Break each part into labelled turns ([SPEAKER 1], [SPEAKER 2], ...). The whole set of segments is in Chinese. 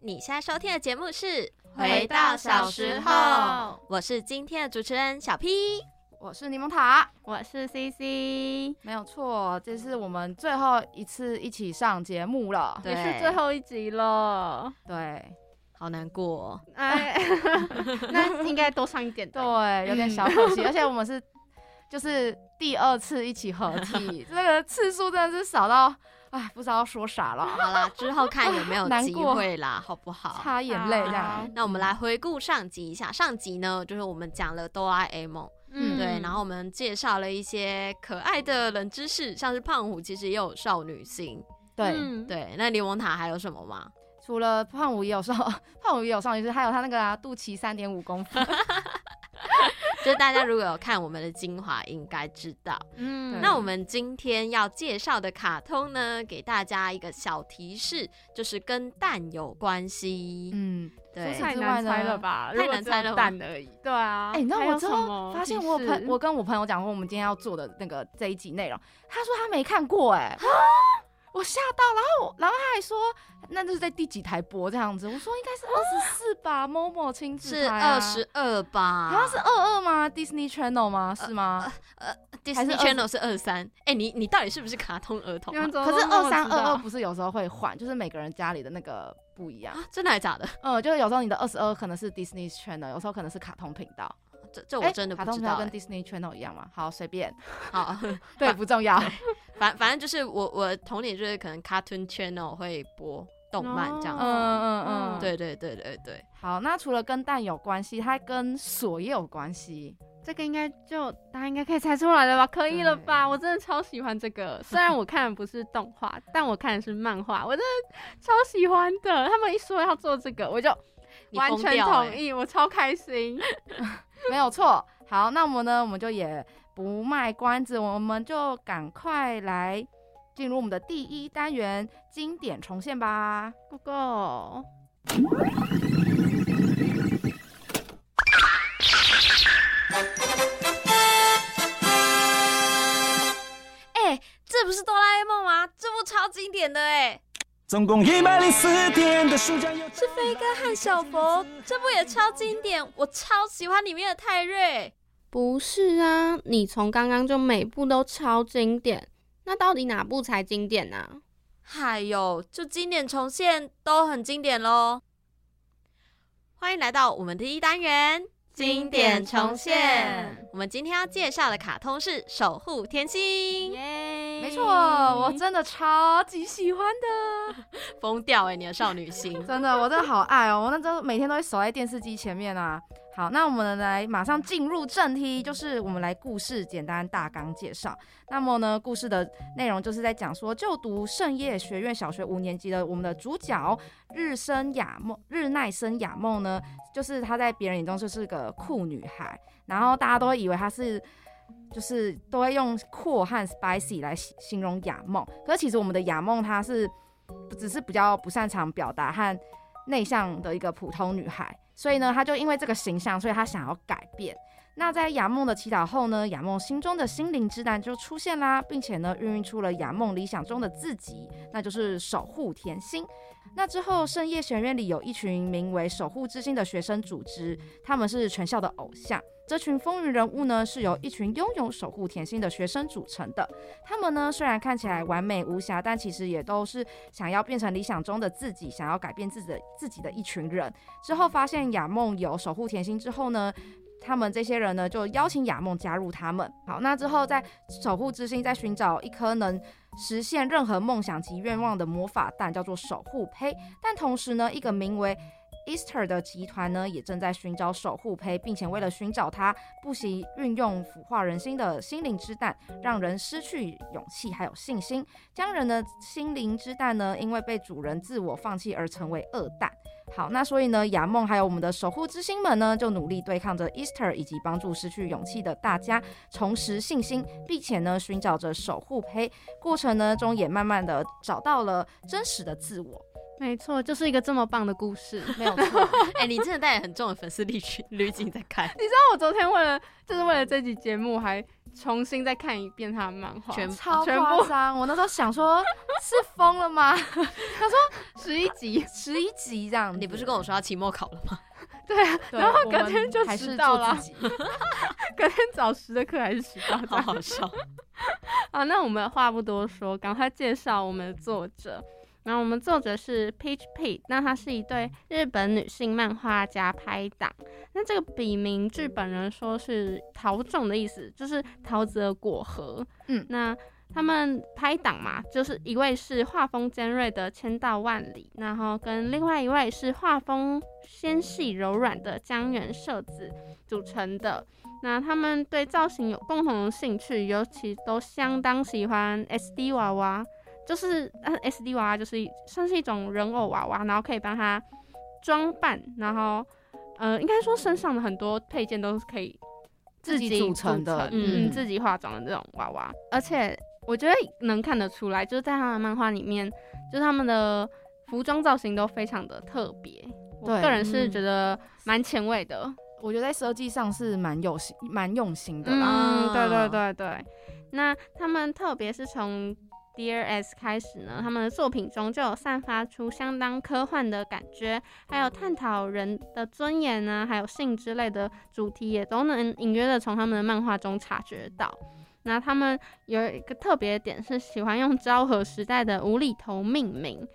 [SPEAKER 1] 你现在收听的节目是《
[SPEAKER 2] 回到小时候，
[SPEAKER 1] 我是今天的主持人小 P。
[SPEAKER 2] 我是柠檬塔，
[SPEAKER 3] 我是 CC，
[SPEAKER 2] 没有错，这是我们最后一次一起上节目了。
[SPEAKER 1] 对
[SPEAKER 3] 也是最后一集了。
[SPEAKER 2] 对
[SPEAKER 1] 好难过、哦，
[SPEAKER 3] 哎，那应该多上一点的。
[SPEAKER 2] 对，有点小可惜，而且我们是就是第二次一起合体，这个次数真的是少到，哎，不知道说啥了，
[SPEAKER 1] 好啦，之后看有没 有
[SPEAKER 2] 难
[SPEAKER 1] 机
[SPEAKER 2] 过
[SPEAKER 1] 会啦，好不好？
[SPEAKER 2] 擦眼泪这样
[SPEAKER 3] 好。
[SPEAKER 1] 那我们来回顾上集一下，上集呢就是我们讲了哆啦 A 梦，
[SPEAKER 2] 嗯
[SPEAKER 1] 对，然后我们介绍了一些可爱的冷知识，像是胖虎其实也有少女心，
[SPEAKER 2] 对，
[SPEAKER 3] 嗯，
[SPEAKER 1] 对，那柠檬塔还有什么吗？
[SPEAKER 2] 除了胖五也有上， 胖五也有上，就是还有他那个啊，肚脐三点五公分。
[SPEAKER 1] 就是大家如果有看我们的精华，应该知道。
[SPEAKER 3] 嗯
[SPEAKER 1] 那我们今天要介绍的卡通呢，给大家一个小提示，就是跟蛋有关系。
[SPEAKER 2] 嗯，
[SPEAKER 1] 对
[SPEAKER 2] 蔬菜
[SPEAKER 3] 太难猜了吧？
[SPEAKER 1] 太难猜了
[SPEAKER 3] 如果只有蛋而已。对啊，
[SPEAKER 2] 哎、你知道
[SPEAKER 3] 还有
[SPEAKER 2] 我之
[SPEAKER 3] 什
[SPEAKER 2] 后
[SPEAKER 3] 么
[SPEAKER 2] 发现
[SPEAKER 3] 提
[SPEAKER 2] 我有朋，
[SPEAKER 3] 示
[SPEAKER 2] 我跟我朋友讲过我们今天要做的那个这一集内容，他说他没看过、哎，我吓到，然后我然后他还说那就是在第几台播这样子，我说应该是二十四吧，某某亲子
[SPEAKER 1] 是
[SPEAKER 2] 台啊
[SPEAKER 1] 二十，二吧？
[SPEAKER 2] 好像是二二吗？Disney Channel 吗？是吗？还是
[SPEAKER 1] Disney Channel 是二三。哎，你你到底是不是卡通儿童
[SPEAKER 3] 你
[SPEAKER 1] 啊
[SPEAKER 3] 们？怎么
[SPEAKER 2] 可是
[SPEAKER 3] 都那
[SPEAKER 2] 二
[SPEAKER 3] 么
[SPEAKER 2] 三
[SPEAKER 3] 呃知
[SPEAKER 2] 二
[SPEAKER 3] 道
[SPEAKER 2] 二不是有时候会换，就是每个人家里的那个不一样，
[SPEAKER 1] 啊真的还假的？
[SPEAKER 2] 嗯，就是有时候你的二十二可能是 Disney Channel，有时候可能是卡通频道，
[SPEAKER 1] 这这
[SPEAKER 2] 哎
[SPEAKER 1] 我真的
[SPEAKER 2] 卡
[SPEAKER 1] 不
[SPEAKER 2] 通
[SPEAKER 1] 知
[SPEAKER 2] 频道
[SPEAKER 1] 道
[SPEAKER 2] 跟
[SPEAKER 1] 哎。
[SPEAKER 2] Disney Channel 一样吗？好，随便，
[SPEAKER 1] 好，
[SPEAKER 2] 对，不重要，
[SPEAKER 1] 反反正就是我我童年就是可能 Cartoon Channel 会播动漫这样
[SPEAKER 2] 嗯
[SPEAKER 1] 子。
[SPEAKER 2] 嗯嗯，
[SPEAKER 1] 对对对对对，
[SPEAKER 2] 好，那除了跟蛋有关系，它跟锁也有关系。
[SPEAKER 3] 这个应该就大家应该可以猜出来了吧？可以了吧？我真的超喜欢这 个，虽然我看的不是动画，但我看的是漫画，我真的超喜欢的。他们一说要做这个，我就
[SPEAKER 1] 你
[SPEAKER 3] 完
[SPEAKER 1] 疯
[SPEAKER 3] 全
[SPEAKER 1] 掉
[SPEAKER 3] 同
[SPEAKER 1] 哎！
[SPEAKER 3] 意，我超开心。
[SPEAKER 2] 没有错。好，那么呢，我们就也不卖关子，我们就赶快来进入我们的第一单元经典重现吧。
[SPEAKER 3] Go go！
[SPEAKER 1] 哎，这不是哆啦 A 梦吗？这部超经典的哎。
[SPEAKER 4] 总共一百零四天的暑假又
[SPEAKER 1] 是飞哥和小佛，这部也超经典，我超喜欢里面的泰瑞。
[SPEAKER 5] 不是啊，你从刚刚就每部都超经典，那到底哪部才经典呢、啊
[SPEAKER 1] 还有，就经典重现都很经典喽。欢迎来到我们第一单元，经典重现。我们今天要介绍的卡通是《守护甜心》，
[SPEAKER 3] 耶
[SPEAKER 2] 没错，我真的超级喜欢的，。
[SPEAKER 1] 疯掉哎、你的少女心
[SPEAKER 2] 真的，我真的好爱哦！我那时候每天都会守在电视机前面啊。好，那我们来马上进入正题，就是我们来故事简单大纲介绍。那么呢，故事的内容就是在讲说，就读圣叶学院小学五年级的我们的主角日升雅梦，日奈升雅梦呢，就是她在别人眼中就是个酷女孩，然后大家都会以为她是。就是都会用酷和 spicy 来形形容雅梦，可是其实我们的雅梦她是只是比较不擅长表达和内向的一个普通女孩，所以呢，她就因为这个形象，所以她想要改变。那在雅梦的祈祷后呢，雅梦心中的心灵之蛋就出现啦，并且呢，孕育出了雅梦理想中的自己，那就是守护甜心。那之后，圣夜学院里有一群名为“守护之星”的学生组织，他们是全校的偶像。这群风云人物呢，是由一群拥有守护甜心的学生组成的。他们呢，虽然看起来完美无瑕，但其实也都是想要变成理想中的自己，想要改变自己的自己的一群人。之后发现雅梦有守护甜心之后呢，他们这些人呢就邀请雅梦加入他们。好，那之后在守护之星在寻找一颗能实现任何梦想及愿望的魔法蛋，叫做守护胚。但同时呢，一个名为 Easter 的集团呢，也正在寻找守护胚，并且为了寻找它，不惜运用腐化人心的心灵之蛋，让人失去勇气还有信心。将人的心灵之蛋呢，因为被主人自我放弃而成为恶蛋。好，那所以呢，雅梦还有我们的守护之星们呢，就努力对抗着 Easter，以及帮助失去勇气的大家重拾信心，并且呢，寻找着守护胚。过程呢中也慢慢的找到了真实的自我，
[SPEAKER 3] 没错，就是一个这么棒的 故事。 哦
[SPEAKER 2] 没有错。
[SPEAKER 1] 哎、你真 的带着很重的粉丝滤镜滤镜在看，
[SPEAKER 3] 那我昨天为了就是为了这集节目还重新再看一遍他的漫画，
[SPEAKER 5] 全
[SPEAKER 2] 超
[SPEAKER 3] 全
[SPEAKER 2] 夸
[SPEAKER 3] 部
[SPEAKER 2] 张！我那时候想说，是疯了吗？
[SPEAKER 3] 十一 集。
[SPEAKER 2] 十一集这样子，
[SPEAKER 1] 你不是跟我说要期末考 了吗？
[SPEAKER 3] 对啊，
[SPEAKER 2] 对？
[SPEAKER 3] 然后
[SPEAKER 2] 我
[SPEAKER 3] 隔
[SPEAKER 2] 们
[SPEAKER 3] 天就
[SPEAKER 2] 还
[SPEAKER 3] 迟
[SPEAKER 2] 是
[SPEAKER 3] 到
[SPEAKER 2] 做
[SPEAKER 3] 了
[SPEAKER 2] 自己
[SPEAKER 3] 隔天早十的课还是迟到的。
[SPEAKER 1] 好好笑。
[SPEAKER 3] 啊，那我们话不多说，赶快介绍我们的作者。然后我们作者是 Peach Pete，那她是一对日本女性漫画家拍档。那这个笔名，据本人说是桃种的意思，就是桃子的果核。
[SPEAKER 2] 嗯
[SPEAKER 3] 那他们拍档嘛，就是一位是画风尖锐的千道万里，然后跟另外一位是画风纤细柔软的江原社子组成的。那他们对造型有共同的兴趣，尤其都相当喜欢 SD 娃娃，就是呃 SD 娃娃就是一算是一种人偶娃娃，然后可以帮它装扮，然后呃应该说身上的很多配件都是可以
[SPEAKER 2] 自己组成的
[SPEAKER 3] 嗯，
[SPEAKER 1] 嗯
[SPEAKER 3] 自己化妆的这种娃娃，而且我觉得能看得出来，就是在他的漫画里面，就是他们的服装造型都非常的特别，我
[SPEAKER 2] 对
[SPEAKER 3] 个人是
[SPEAKER 1] 嗯
[SPEAKER 3] 觉得蛮前卫的。
[SPEAKER 2] 我觉得在设计上是蛮有心、蛮用心的啦。
[SPEAKER 3] 嗯，对
[SPEAKER 1] 啊
[SPEAKER 3] 对对对。那他们特别是从 Dear S 开始呢，他们的作品中就有散发出相当科幻的感觉，还有探讨人的尊严啊，还有性之类的主题，也都能隐约的从他们的漫画中察觉到。那他们有一个特别的点是喜欢用昭和时代的无厘头命名，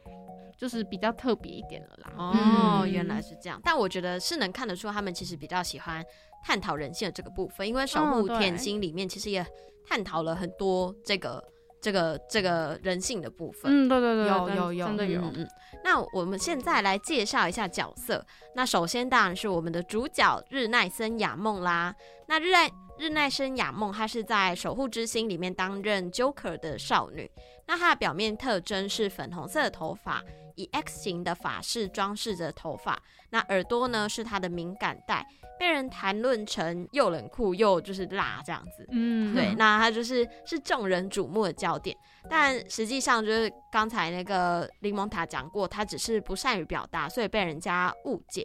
[SPEAKER 3] 就是比较特别一点了啦。
[SPEAKER 1] 哦，
[SPEAKER 3] 嗯
[SPEAKER 1] 原来是这样。但我觉得是能看得出他们其实比较喜欢探讨人性的这个部分，因为《守
[SPEAKER 3] 嗯
[SPEAKER 1] 护
[SPEAKER 3] 对
[SPEAKER 1] 甜心》里面其实也探讨了很多这个、这个、这个人性的部分。
[SPEAKER 3] 嗯，对对对，
[SPEAKER 2] 有
[SPEAKER 3] 真
[SPEAKER 2] 有有
[SPEAKER 3] 真的有。
[SPEAKER 1] 嗯嗯，那我们现在来介绍一下角色。那首先当然是我们的主角日奈森雅梦啦。那日奈日奈森雅梦，她是在《守护之星》里面担任 Joker 的少女。那她的表面特征是粉红色的头发，以 X 型的发饰装饰着头发。那耳朵呢是她的敏感带，被人谈论成又冷酷又就是辣这样子。
[SPEAKER 3] 嗯，
[SPEAKER 1] 对，那他就是是众人瞩目的焦点，但实际上就是刚才那个柠檬塔讲过，他只是不善于表达，所以被人家误解。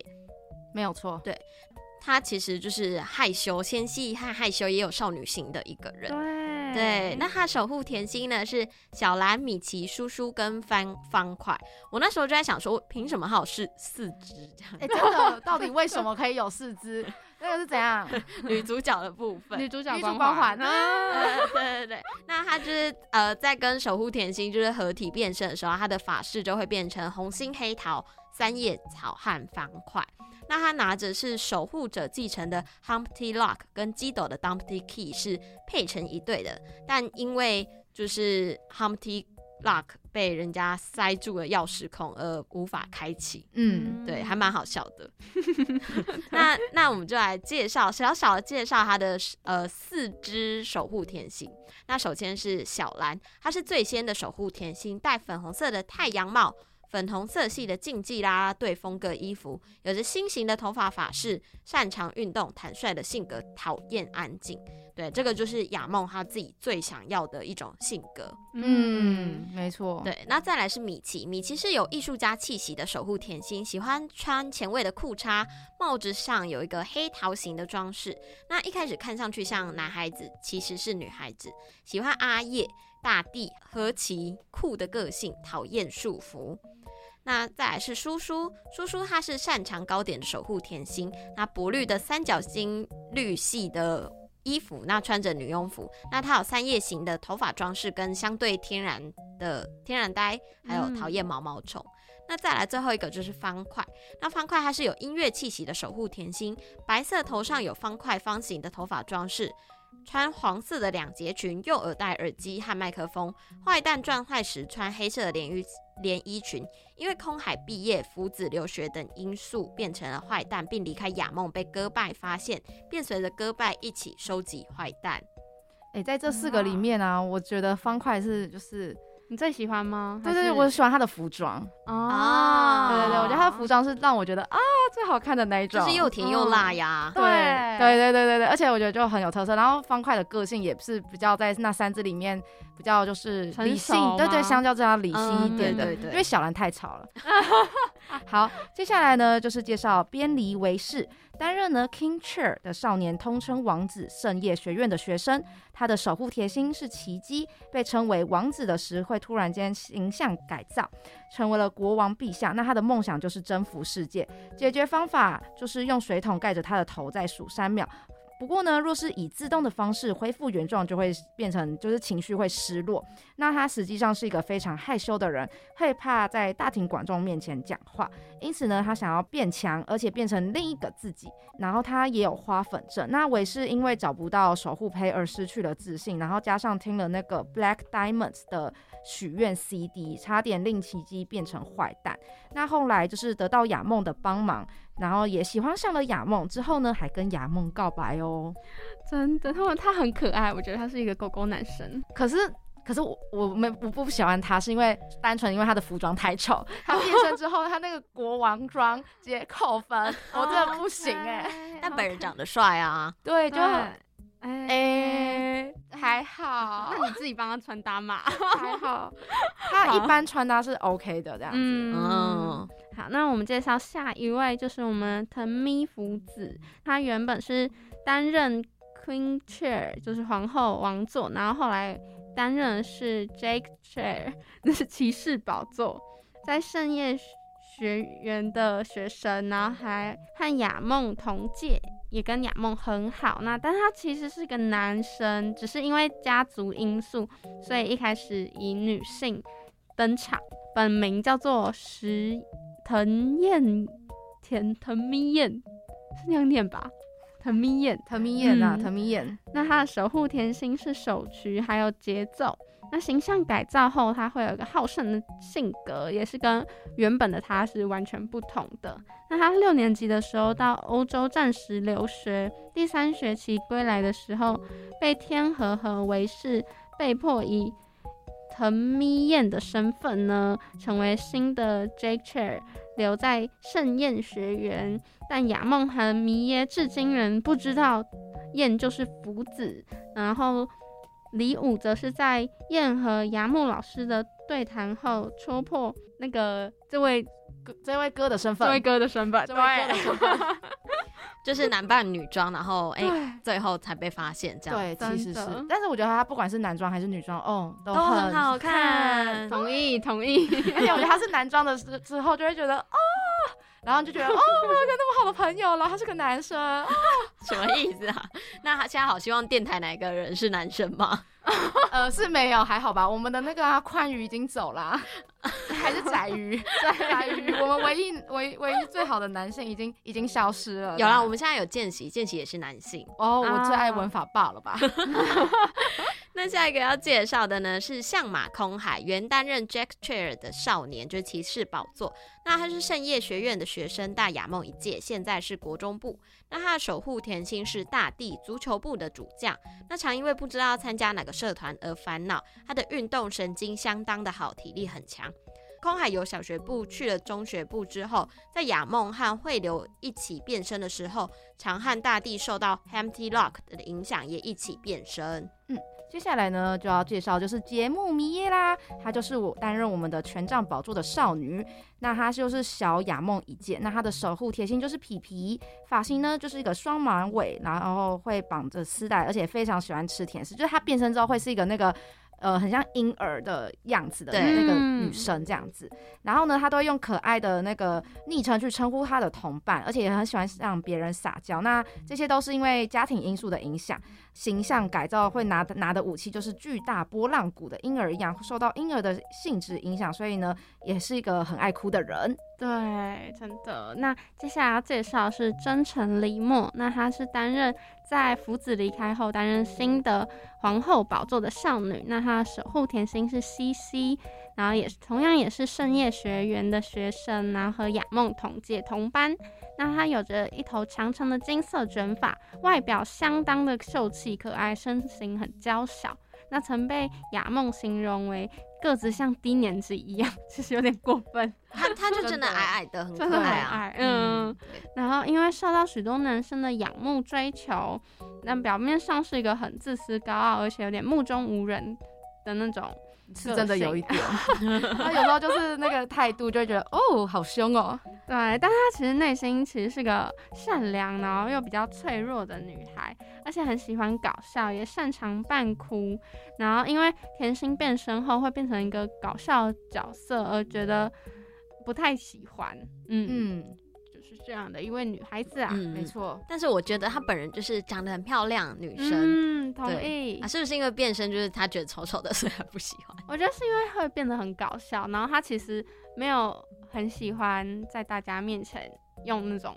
[SPEAKER 2] 没有错，
[SPEAKER 1] 他其实就是害羞、纤细和害羞，也有少女心的一个人。
[SPEAKER 3] 对
[SPEAKER 1] 对，那他守护甜心呢是小兰、米奇、叔叔跟方方块。我那时候就在想说，凭什么他有四四只这样？
[SPEAKER 2] 哎、真的，到底为什么可以有四肢？那个是怎样？
[SPEAKER 1] 女主角的部分，
[SPEAKER 3] 女主角
[SPEAKER 2] 女主
[SPEAKER 3] 光
[SPEAKER 2] 光
[SPEAKER 3] 环
[SPEAKER 2] 环
[SPEAKER 3] 啊，
[SPEAKER 1] 对 对对，那他就是呃，在跟守护甜心就是合体变身的时候，他的法式就会变成红心黑桃、三叶草和方块。那他拿着是守护者继承的 Humpty Lock 跟基斗的 Dumpty Key 是配成一对的，但因为就是 Humpty Lock 被人家塞住了钥匙孔而无法开启。
[SPEAKER 2] 嗯，
[SPEAKER 1] 对，还蛮好笑的。 那那我们就来介绍，小小的介绍他的呃四只守护甜心。那首先是小兰，她是最先的守护甜心，戴粉红色的太阳帽。粉红色系的竞技啦啦队风格衣服，有着新型的头发发饰，擅长运动，坦率的性格，讨厌安静。对，这个就是雅梦她自己最想要的一种性格。
[SPEAKER 2] 嗯，没错，
[SPEAKER 1] 对，那再来是米奇，米奇是有艺术家气息的守护甜心，喜欢穿前卫的裤衩，帽子上有一个黑桃形的装饰。那一开始看上去像男孩子，其实是女孩子，喜欢阿叶、大地、和其酷的个性，讨厌束缚。那再来是叔叔，叔叔他是擅长糕点的守护甜心，那薄绿的三角星绿系的衣服，那穿着女佣服，那他有三叶型的头发装饰跟相对天然的天然呆，还有
[SPEAKER 3] 嗯
[SPEAKER 1] 讨厌毛毛虫。那再来最后一个就是方块，那方块它是有音乐气息的守护甜心，白色头上有方块方形的头发装饰，穿黄色的两节裙，右耳戴耳机和麦克风，坏蛋状态时穿黑色的连衣连衣裙，因为空海毕业、福子留学等因素变成了坏蛋，并离开雅梦，被哥拜发现，便随着哥拜一起收集坏蛋。
[SPEAKER 2] 哎、在这四
[SPEAKER 3] 嗯
[SPEAKER 2] 个里面啊，我觉得方块是就是，
[SPEAKER 3] 你最喜欢吗？
[SPEAKER 2] 对对对，
[SPEAKER 3] 还是
[SPEAKER 2] 我喜啊欢他的服装，
[SPEAKER 3] 哦，
[SPEAKER 2] 对对对，我觉得他的
[SPEAKER 3] 服
[SPEAKER 2] 服装是让我觉得啊最好看的那一种，
[SPEAKER 1] 就是又甜又辣呀。
[SPEAKER 2] 对对
[SPEAKER 3] 对
[SPEAKER 2] 对对对对，而且我觉得就很有特色。然后方块的个性也是比较在那三只里面比较就是
[SPEAKER 3] 成
[SPEAKER 2] 理性
[SPEAKER 3] 熟，
[SPEAKER 2] 对对，
[SPEAKER 3] 吗
[SPEAKER 2] 相较之下理性一
[SPEAKER 1] 嗯
[SPEAKER 2] 点的，
[SPEAKER 1] 对对对
[SPEAKER 2] 因为小兰太吵了， 好，接下来呢就是介绍边离为士，担任呢 King Chair 的少年，通称王子圣夜学院的学生。他的守护铁心是奇迹，被称为王子的时会突然间形象改造，成为了国王陛下。那他的梦想就是征服世界，解决方法就是用水桶盖着他的头在数三秒。不过呢，若是以自动的方式恢复原状，就会变成就是情绪会失落。那他实际上是一个非常害羞的人，害怕在大庭广众面前讲话，因此呢，他想要变强，而且变成另一个自己。然后他也有花粉症。那韦是因为找不到守护胚而失去了自信，然后加上听了那个 Black Diamonds 的许愿 CD，差点令奇迹变成坏蛋。那后来就是得到雅梦的帮忙，然后也喜欢上了雅梦，之后呢，还跟雅梦告白哦。
[SPEAKER 3] 真的，他们他很可爱，我觉得他是一个狗狗男生。
[SPEAKER 2] 可是。可是我我没我不喜欢他，是因为单纯因为他的服装太丑。他变身之后，他那个国王装直接扣 分，我真的不行哎、
[SPEAKER 1] 但本人长得帅啊，
[SPEAKER 2] 对，
[SPEAKER 3] 就
[SPEAKER 2] 就
[SPEAKER 3] 哎
[SPEAKER 2] 哎、
[SPEAKER 3] 还好，
[SPEAKER 5] 那你自己帮他穿搭 嘛。
[SPEAKER 3] 还好，
[SPEAKER 2] 他一般穿搭是 OK 的这样子。
[SPEAKER 3] 嗯。
[SPEAKER 1] 嗯，
[SPEAKER 3] 好，那我们介绍下一位，就是我们藤咪福子，她原本是担任 Queen Chair，就是皇后王座，然后后来担任的是 Jake Chair，那 是骑士宝座，在盛宴学员的学生，然后还和雅梦同届。也跟雅梦很好，那但他其实是个男生，只是因为家族因素，所以一开始以女性登场，本名叫做石藤彦田藤咪彦是那样念吧？藤咪彦。
[SPEAKER 2] 藤明彦啊，
[SPEAKER 3] 嗯
[SPEAKER 2] 藤明彦，
[SPEAKER 3] 那他的守护甜心是首曲，还有节奏。那形象改造后，他会有一个好胜的性格，也是跟原本的他是完全不同的。那他六年级的时候到欧洲暂时留学，第三学期归来的时候，被天河和维士被迫以藤咪彦的身份呢，成为新的 J Chair，留在盛宴学园。但雅梦和迷耶至今仍不知道燕就是福子，然后李武则是在燕和雅木老师的对谈后戳破那个这位
[SPEAKER 2] 这位哥的身
[SPEAKER 3] 这位
[SPEAKER 2] 份，
[SPEAKER 3] 哥的身份，
[SPEAKER 2] 这位哥的身份，
[SPEAKER 1] 就是男扮女装，然后哎、
[SPEAKER 3] 对
[SPEAKER 1] 最后才被发现这样，
[SPEAKER 2] 哎对，其实
[SPEAKER 3] 真的
[SPEAKER 2] 是。但是我觉得他不管是男装还是女装，哦，都
[SPEAKER 1] 都
[SPEAKER 2] 很
[SPEAKER 1] 很。好看。
[SPEAKER 5] 同意同意，
[SPEAKER 2] 而且我觉得他是男装的之之后，就会觉得哦，然后你就觉得哦，我有个那么好的朋友了，他是个男生，哦
[SPEAKER 1] 什么意思啊？ 那他现在好希望电台哪个人是男生吗？
[SPEAKER 2] 呃，是没有，还好吧。我们的那个啊，宽鱼已经走啦，还是窄 鱼，窄鱼，我们唯一唯唯一最好的男性已经已经消失 了。
[SPEAKER 1] 有啦，我们现在有见习，见习也是男性。
[SPEAKER 2] 哦，我最爱
[SPEAKER 3] 啊
[SPEAKER 2] 文法霸了吧？
[SPEAKER 1] 那下一个要介绍的呢是相马空海，原担任 Jack Chair 的少年，就是骑士宝座。那他是圣夜学院的学生，大雅梦一届，现在是国中部。那他的守护甜心是大地足球部的主将。那常因为不知道要参加哪个社团而烦恼，他的运动神经相当的好，体力很强。空海由小学部去了中学部之后，在雅梦和汇流一起变身的时候，常和大地受到 Hampty Lock 的影响，也一起变身。
[SPEAKER 2] 接下来呢，就要介绍就是节目迷耶啦，她就是我担任我们的权杖宝座的少女。那她就是小雅梦一届，那她的守护贴心就是皮皮，发型呢就是一个双马尾，然后会绑着丝带，而且非常喜欢吃甜食，就是她变身之后会是一个那个。呃，很像婴儿的样子的
[SPEAKER 1] 对
[SPEAKER 2] 那个
[SPEAKER 3] 嗯
[SPEAKER 2] 女生这样子，然后呢，她都会用可爱的那个昵称去称呼她的同伴，而且也很喜欢让别人撒娇。那这些都是因为家庭因素的影响，形象改造会拿的拿的武器就是巨大波浪鼓的婴儿一样，受到婴儿的性质影响，所以呢，也是一个很爱哭的人。
[SPEAKER 3] 对，真的。那接下来要介绍的是真诚黎墨，那她是担任在福子离开后担任新的皇后宝座的少女，那她的守护甜心是西西，然后也是同样也是圣夜学园的学生，然后和雅梦同届同班。那她有着一头长长的金色卷发，外表相当的秀气可爱，身形很娇小。那曾被雅梦形容为个子像低年级一样， 其实有点过分。
[SPEAKER 1] 他他就真的矮矮的，很
[SPEAKER 3] 真
[SPEAKER 1] 可
[SPEAKER 3] 的很
[SPEAKER 1] 爱啊。
[SPEAKER 3] 矮，嗯。然后因为受到许多男生的仰慕追求，那表面上是一个很自私、高傲，而且有点目中无人的那种
[SPEAKER 2] 是真的嗯有一点。 他有时候就是那个态度，就会觉得哦，好凶哦。
[SPEAKER 3] 对，但她其实内心其实是个善良，然后又比较脆弱的女孩，而且很喜欢搞笑，也擅长扮哭。然后因为甜心变身后会变成一个搞笑角色，而觉得不太喜欢。嗯，
[SPEAKER 2] 嗯，
[SPEAKER 3] 就是这样的一位女孩子啊。
[SPEAKER 1] 嗯，
[SPEAKER 2] 没。错。
[SPEAKER 1] 但是我觉得她本人就是长得很漂亮，女生、
[SPEAKER 3] 嗯，同意
[SPEAKER 1] 啊，。是不是因为变身就是她觉得丑丑的，所以她不喜 欢？
[SPEAKER 3] 我觉得是因为会变得很搞笑，然后她其实没有很喜欢在大家面前用那种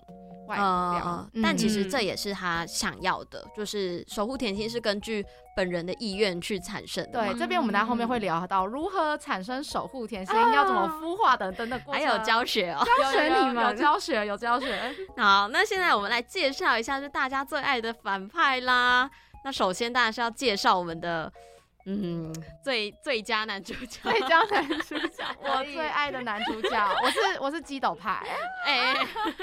[SPEAKER 3] 外表。
[SPEAKER 1] 嗯但其实
[SPEAKER 3] 嗯
[SPEAKER 1] 这也是她想要的，就是守护甜心是根据本人的意愿去产生的嘛。
[SPEAKER 2] 对，这边我们大家后面会聊到如何产生守护甜心，要怎么孵化等等的过
[SPEAKER 1] 还
[SPEAKER 2] 程。
[SPEAKER 1] 有教学哦。
[SPEAKER 2] 教
[SPEAKER 3] 学你们
[SPEAKER 2] 有教学，有教学。
[SPEAKER 1] 好，那现在我们来介绍一下，就大家最爱的反派啦。那首先当然是要介绍我们的，嗯，最最佳男主角。
[SPEAKER 2] 最佳男主角， 我
[SPEAKER 1] 可以
[SPEAKER 2] 最爱的男主角，我是我是基斗派。
[SPEAKER 1] 哎、哎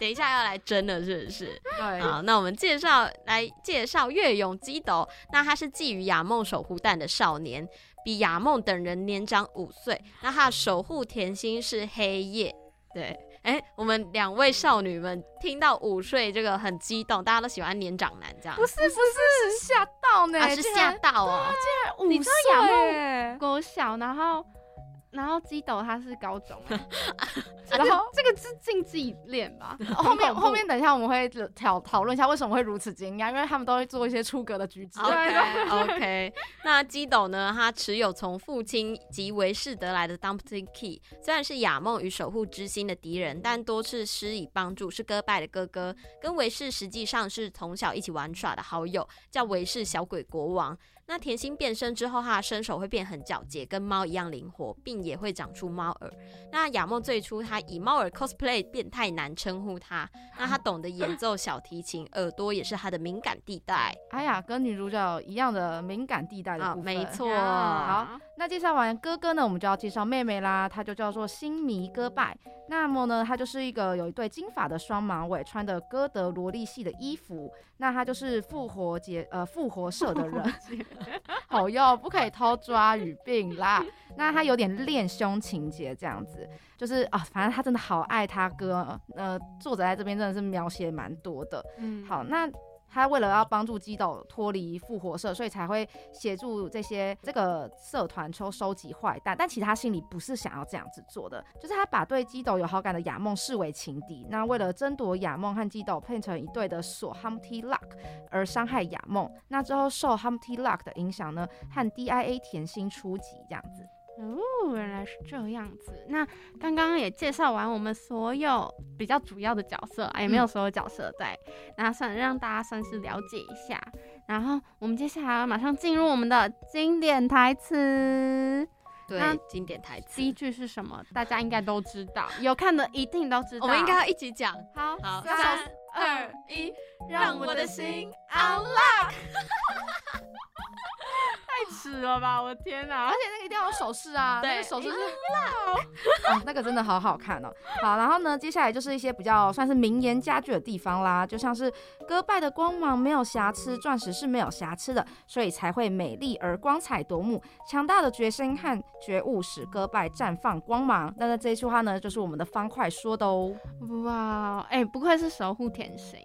[SPEAKER 1] 等一下要来争了，是不是？
[SPEAKER 2] 对，
[SPEAKER 1] 好，那我们介绍来介绍月勇基斗，那他是觊觎雅梦守护蛋的少年，比雅梦等人年长五岁。那他的守护甜心是黑夜，对。哎、我们两位少女们听到五岁这个很激动，大家都喜欢年长男这样，
[SPEAKER 2] 不是不是吓到呢
[SPEAKER 1] 啊，是
[SPEAKER 2] 竟
[SPEAKER 1] 吓
[SPEAKER 2] 然
[SPEAKER 1] 到哦、
[SPEAKER 3] 你知道
[SPEAKER 2] 五
[SPEAKER 3] 雅
[SPEAKER 2] 岁
[SPEAKER 3] 梦国小，欸然后然后基斗他是高中 啊，然后这个是禁忌恋 吧？
[SPEAKER 2] 哦后面
[SPEAKER 3] 恐怖
[SPEAKER 2] 后面等一下我们会讨讨论一下为什么会如此惊讶，因为他们都会做一些出格的举止。
[SPEAKER 1] OK OK，那基斗呢？他持有从父亲及维士得来的 Dumpling Key，虽然是亚梦与守护之心的敌人，但多次施以帮助，是哥拜的哥哥，跟维士实际上是从小一起玩耍的好友，叫维士小鬼国王。那甜心变身之后，他的身手会变很矫捷，跟猫一样灵活，并也会长出猫耳。那亚梦最初他以猫耳 cosplay 变态男称呼他，那他懂得演奏小提琴，耳朵也是他的敏感地带。
[SPEAKER 2] 哎呀，跟女主角有一样的敏感地带的
[SPEAKER 1] 啊，
[SPEAKER 2] 部分。
[SPEAKER 1] 没错。
[SPEAKER 3] 啊
[SPEAKER 2] 好，那介绍完哥哥呢，我们就要介绍妹妹啦，她就叫做星迷哥拜。那么呢，她就是一个有一对金发的双马尾，穿的哥德萝莉系的衣服。那她就是复活节呃复活社的人，好哟，不可以偷抓语病啦。那她有点恋胸情节这样子，就是啊，反正她真的好爱她哥。呃，作者在这边真的是描写蛮多的。
[SPEAKER 3] 嗯
[SPEAKER 2] 好，那他为了要帮助基斗脱离复活社，所以才会协助这些这个社团抽收集坏蛋，但其实他心里不是想要这样子做的，就是他把对基斗有好感的雅梦视为情敌。那为了争夺雅梦和基斗变成一对的锁 Humpty Luck 而伤害雅梦，那之后受 Humpty Luck 的影响呢，和 DIA 甜心出击这样子。
[SPEAKER 3] 哦，原来是这样子。那刚刚也介绍完我们所有比较主要的角色，啊，也没有所有角色在，那算让大家算是了解一下。然后我们接下来马上进入我们的经典台词，
[SPEAKER 1] 对
[SPEAKER 3] 那，
[SPEAKER 1] 经典台词
[SPEAKER 3] 第一，句是什么？大家应该都知道，有看的一定都知
[SPEAKER 1] 我
[SPEAKER 3] 道。
[SPEAKER 1] 们应该要一起讲。
[SPEAKER 3] 好
[SPEAKER 1] 好，
[SPEAKER 3] 三二
[SPEAKER 1] 一，
[SPEAKER 3] 让我的心 unlock。太迟了吧！我的天哪
[SPEAKER 2] 而！且那个一定要有手势啊，
[SPEAKER 1] 对哎
[SPEAKER 2] 那个手势是啊，那个真的好好看哦。好，然后呢，接下来就是一些比较算是名言佳句的地方啦，就像是戈拜的光芒没有瑕疵，钻石是没有瑕疵的，所以才会美丽而光彩夺目。强大的决心和觉悟使戈拜绽放光芒。那那这一句话呢，就是我们的方块说的哦。
[SPEAKER 3] 哇，哎、不愧是守护甜心，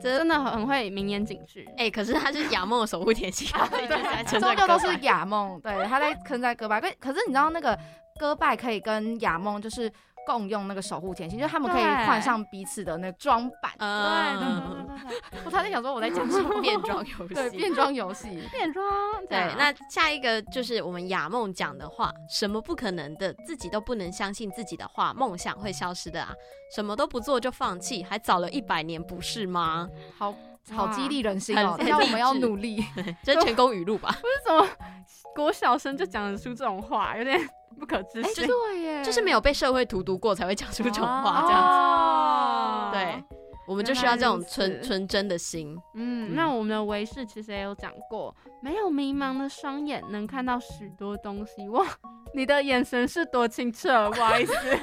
[SPEAKER 3] 真的很会名言警 句。
[SPEAKER 1] 哎，可是他是雅梦的守护甜心， 对
[SPEAKER 2] 终究都是雅梦，对，他在坑在戈拜。可可是你知道那个戈拜可以跟雅梦就是共用那个守护甜心，就是他们可以
[SPEAKER 3] 对
[SPEAKER 2] 换上彼此的那个装扮。
[SPEAKER 1] 嗯，
[SPEAKER 3] 对对对对
[SPEAKER 2] 我差点想说我在讲什么
[SPEAKER 1] 变装游
[SPEAKER 2] 对
[SPEAKER 1] 戏。
[SPEAKER 2] 变装游戏。
[SPEAKER 3] 变啊装。
[SPEAKER 1] 对，那下一个就是我们雅梦讲的话，什么不可能的，自己都不能相信自己的话，梦想会消失的啊！什么都不做就放弃，还早了一百年，不是吗？
[SPEAKER 2] 好好激励人心哦！
[SPEAKER 1] 很
[SPEAKER 2] 那
[SPEAKER 1] 很
[SPEAKER 2] 我
[SPEAKER 1] 励
[SPEAKER 2] 们要
[SPEAKER 1] 志哎
[SPEAKER 2] 努力。
[SPEAKER 1] 这是全功语录吧？
[SPEAKER 3] 为什么国小生就讲得出这种话，有点不可置信。
[SPEAKER 2] 对耶
[SPEAKER 1] 就是没有被社会荼毒过才会讲出这种话，这样子。
[SPEAKER 2] 啊哦
[SPEAKER 3] 样子
[SPEAKER 1] 对，我们就
[SPEAKER 3] 原
[SPEAKER 1] 需要
[SPEAKER 3] 来
[SPEAKER 1] 这
[SPEAKER 3] 如
[SPEAKER 1] 种纯
[SPEAKER 3] 此
[SPEAKER 1] 纯真的心。
[SPEAKER 3] 嗯，那我们的维氏其实也有讲过，没有迷茫的双眼能看到许多东西。哇，你的眼神是多清澈，不好意思。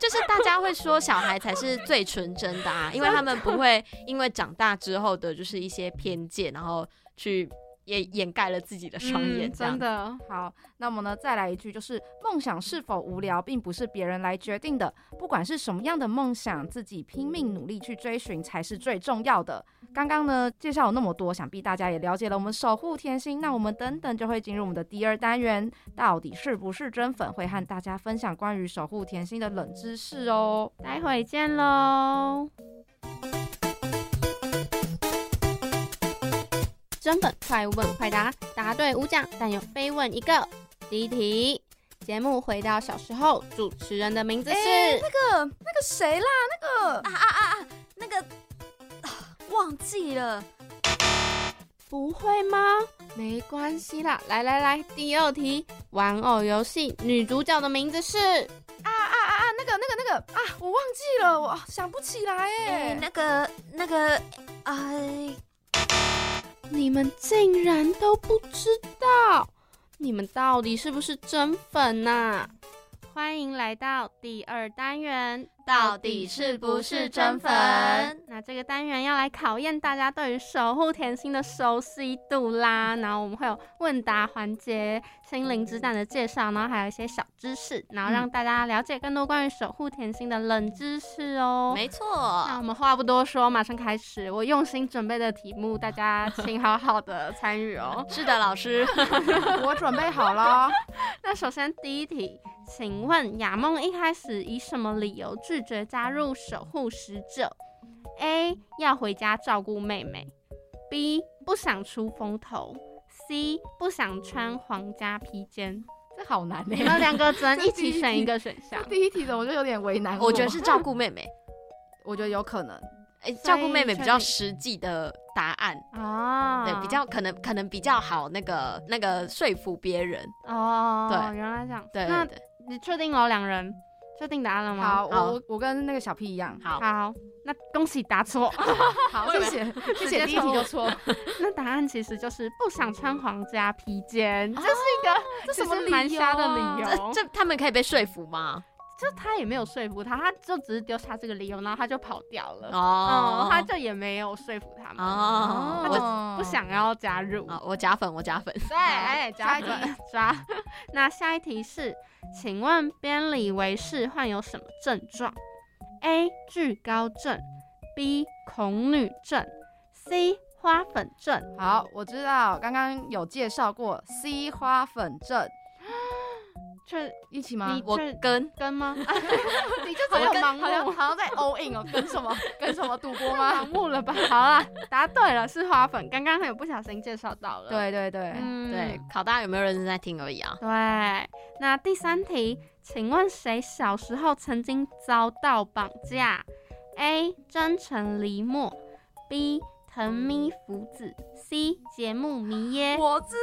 [SPEAKER 1] 就是大家会说小孩才是最纯真的啊，因为他们不会因为长大之后的就是一些偏见，然后去也掩盖了自己的双眼，
[SPEAKER 3] 嗯，
[SPEAKER 1] 这样
[SPEAKER 3] 真
[SPEAKER 1] 子、
[SPEAKER 3] 的，
[SPEAKER 2] 好，那么呢，再来一句，就是梦想是否无聊，并不是别人来决定的。不管是什么样的梦想，自己拼命努力去追寻才是最重要的。
[SPEAKER 1] 嗯
[SPEAKER 2] 刚刚呢，介绍了那么多，想必大家也了解了我们守护甜心。那我们等等就会进入我们的第二单元，到底是不是真粉，会和大家分享关于守护甜心的冷知识哦。
[SPEAKER 3] 待会见喽。
[SPEAKER 5] 真本快问快答，答对五奖，但有非问一个。第一题，节目回到小时候，主持人的名字是、
[SPEAKER 2] 哎那个那个谁啦，那个
[SPEAKER 1] 啊啊啊啊，那个、啊忘记了，
[SPEAKER 5] 不会吗？没关系啦，来来来，第二题，玩偶游戏女主角的名字是
[SPEAKER 2] 啊啊啊啊，那个那个那个啊，我忘记了，我想不起来哎、
[SPEAKER 1] 哎、那个那个，哎、
[SPEAKER 5] 你们竟然都不知道，你们到底是不是真粉呐、
[SPEAKER 3] 欢迎来到第二单元，
[SPEAKER 1] 到底是不是真粉？
[SPEAKER 3] 那这个单元要来考验大家对于守护甜心的熟悉度啦。然后我们会有问答环节、心灵之战的介绍，然后还有一些小知识，然后
[SPEAKER 5] 嗯
[SPEAKER 3] 让大家了解更多关于守护甜心的冷知识哦。
[SPEAKER 1] 没
[SPEAKER 3] 那我
[SPEAKER 1] 错，。
[SPEAKER 3] 们话不多说，马上开始。我用心准备的题目，大家请好好的参与哦
[SPEAKER 1] 是的，老师，
[SPEAKER 2] 我准备好了。哦
[SPEAKER 3] 那首先第一题，请问亚梦一开始以什么理由拒绝加入守护使者？A. 要回家照顾妹妹，B. 不想出风头，C. 不想穿皇家披肩。
[SPEAKER 2] 这好难哎、
[SPEAKER 3] 你 们两个只能
[SPEAKER 2] 这
[SPEAKER 3] 一
[SPEAKER 2] 第一
[SPEAKER 3] 起选
[SPEAKER 2] 题
[SPEAKER 3] 一个选项。
[SPEAKER 2] 第一题的我就有点为难
[SPEAKER 1] 我觉得是照顾妹妹，
[SPEAKER 2] 我觉得有可能。
[SPEAKER 1] 哎、照顾妹妹比较实际的答案，
[SPEAKER 3] 啊
[SPEAKER 1] 对，比较可能可能比较好那个那个说服别人，
[SPEAKER 3] 哦，
[SPEAKER 1] 对
[SPEAKER 3] 原来这样。
[SPEAKER 1] 对
[SPEAKER 3] 那
[SPEAKER 1] 对对，
[SPEAKER 3] 你确定了两人？确定答案了
[SPEAKER 2] 嗯
[SPEAKER 3] 吗？
[SPEAKER 2] 好，
[SPEAKER 1] 好
[SPEAKER 2] 我我跟那个小 P 一样。
[SPEAKER 1] 好，
[SPEAKER 3] 好，那恭喜 答错。
[SPEAKER 2] 好，谢谢，谢谢。第一题就错，
[SPEAKER 3] 那答案其实就是不想穿皇家披肩，这是一个
[SPEAKER 2] 啊这
[SPEAKER 3] 其
[SPEAKER 2] 什么
[SPEAKER 3] 实
[SPEAKER 2] 理
[SPEAKER 3] 蛮
[SPEAKER 2] 由
[SPEAKER 3] 瞎的
[SPEAKER 2] 啊
[SPEAKER 3] 理由。
[SPEAKER 1] 这这他们可以被说服吗？
[SPEAKER 3] 就他也没有说服他，他就只是丢下这个理由，然后他就跑掉了。
[SPEAKER 1] 哦
[SPEAKER 3] 嗯，，他就也没有说服他们，
[SPEAKER 1] 哦，我
[SPEAKER 3] 不想要加入。
[SPEAKER 2] 哦
[SPEAKER 1] 啊，我假粉，我假粉，
[SPEAKER 3] 对，哎，
[SPEAKER 2] 下
[SPEAKER 3] 抓
[SPEAKER 2] 一
[SPEAKER 3] 粉抓。 那下一题是，请问边里维氏患有什么症状？A. 惧高症，B. 恐女症，C. 花粉症。
[SPEAKER 2] 好，我知道，刚刚有介绍过 C 花粉症，
[SPEAKER 3] 这
[SPEAKER 2] 一起吗
[SPEAKER 3] 你？
[SPEAKER 1] 我
[SPEAKER 3] 这
[SPEAKER 1] 跟
[SPEAKER 3] 跟 吗？
[SPEAKER 2] 你就
[SPEAKER 3] 好像盲目
[SPEAKER 2] 好像好像在 all in 哦，跟什么跟什么赌博
[SPEAKER 3] 盲
[SPEAKER 2] 吗？
[SPEAKER 3] 目了吧？ 好啦，答对了，是花粉。刚刚还有不小心介绍到了。，
[SPEAKER 2] 对对对，
[SPEAKER 3] 嗯，
[SPEAKER 1] 对，考大家有没有认真在听而已啊。
[SPEAKER 3] 对。那第三题，请问谁小时候曾经遭到绑架？A. 真诚黎墨，B. 藤咪福子，C. 节目迷 耶。
[SPEAKER 2] 我知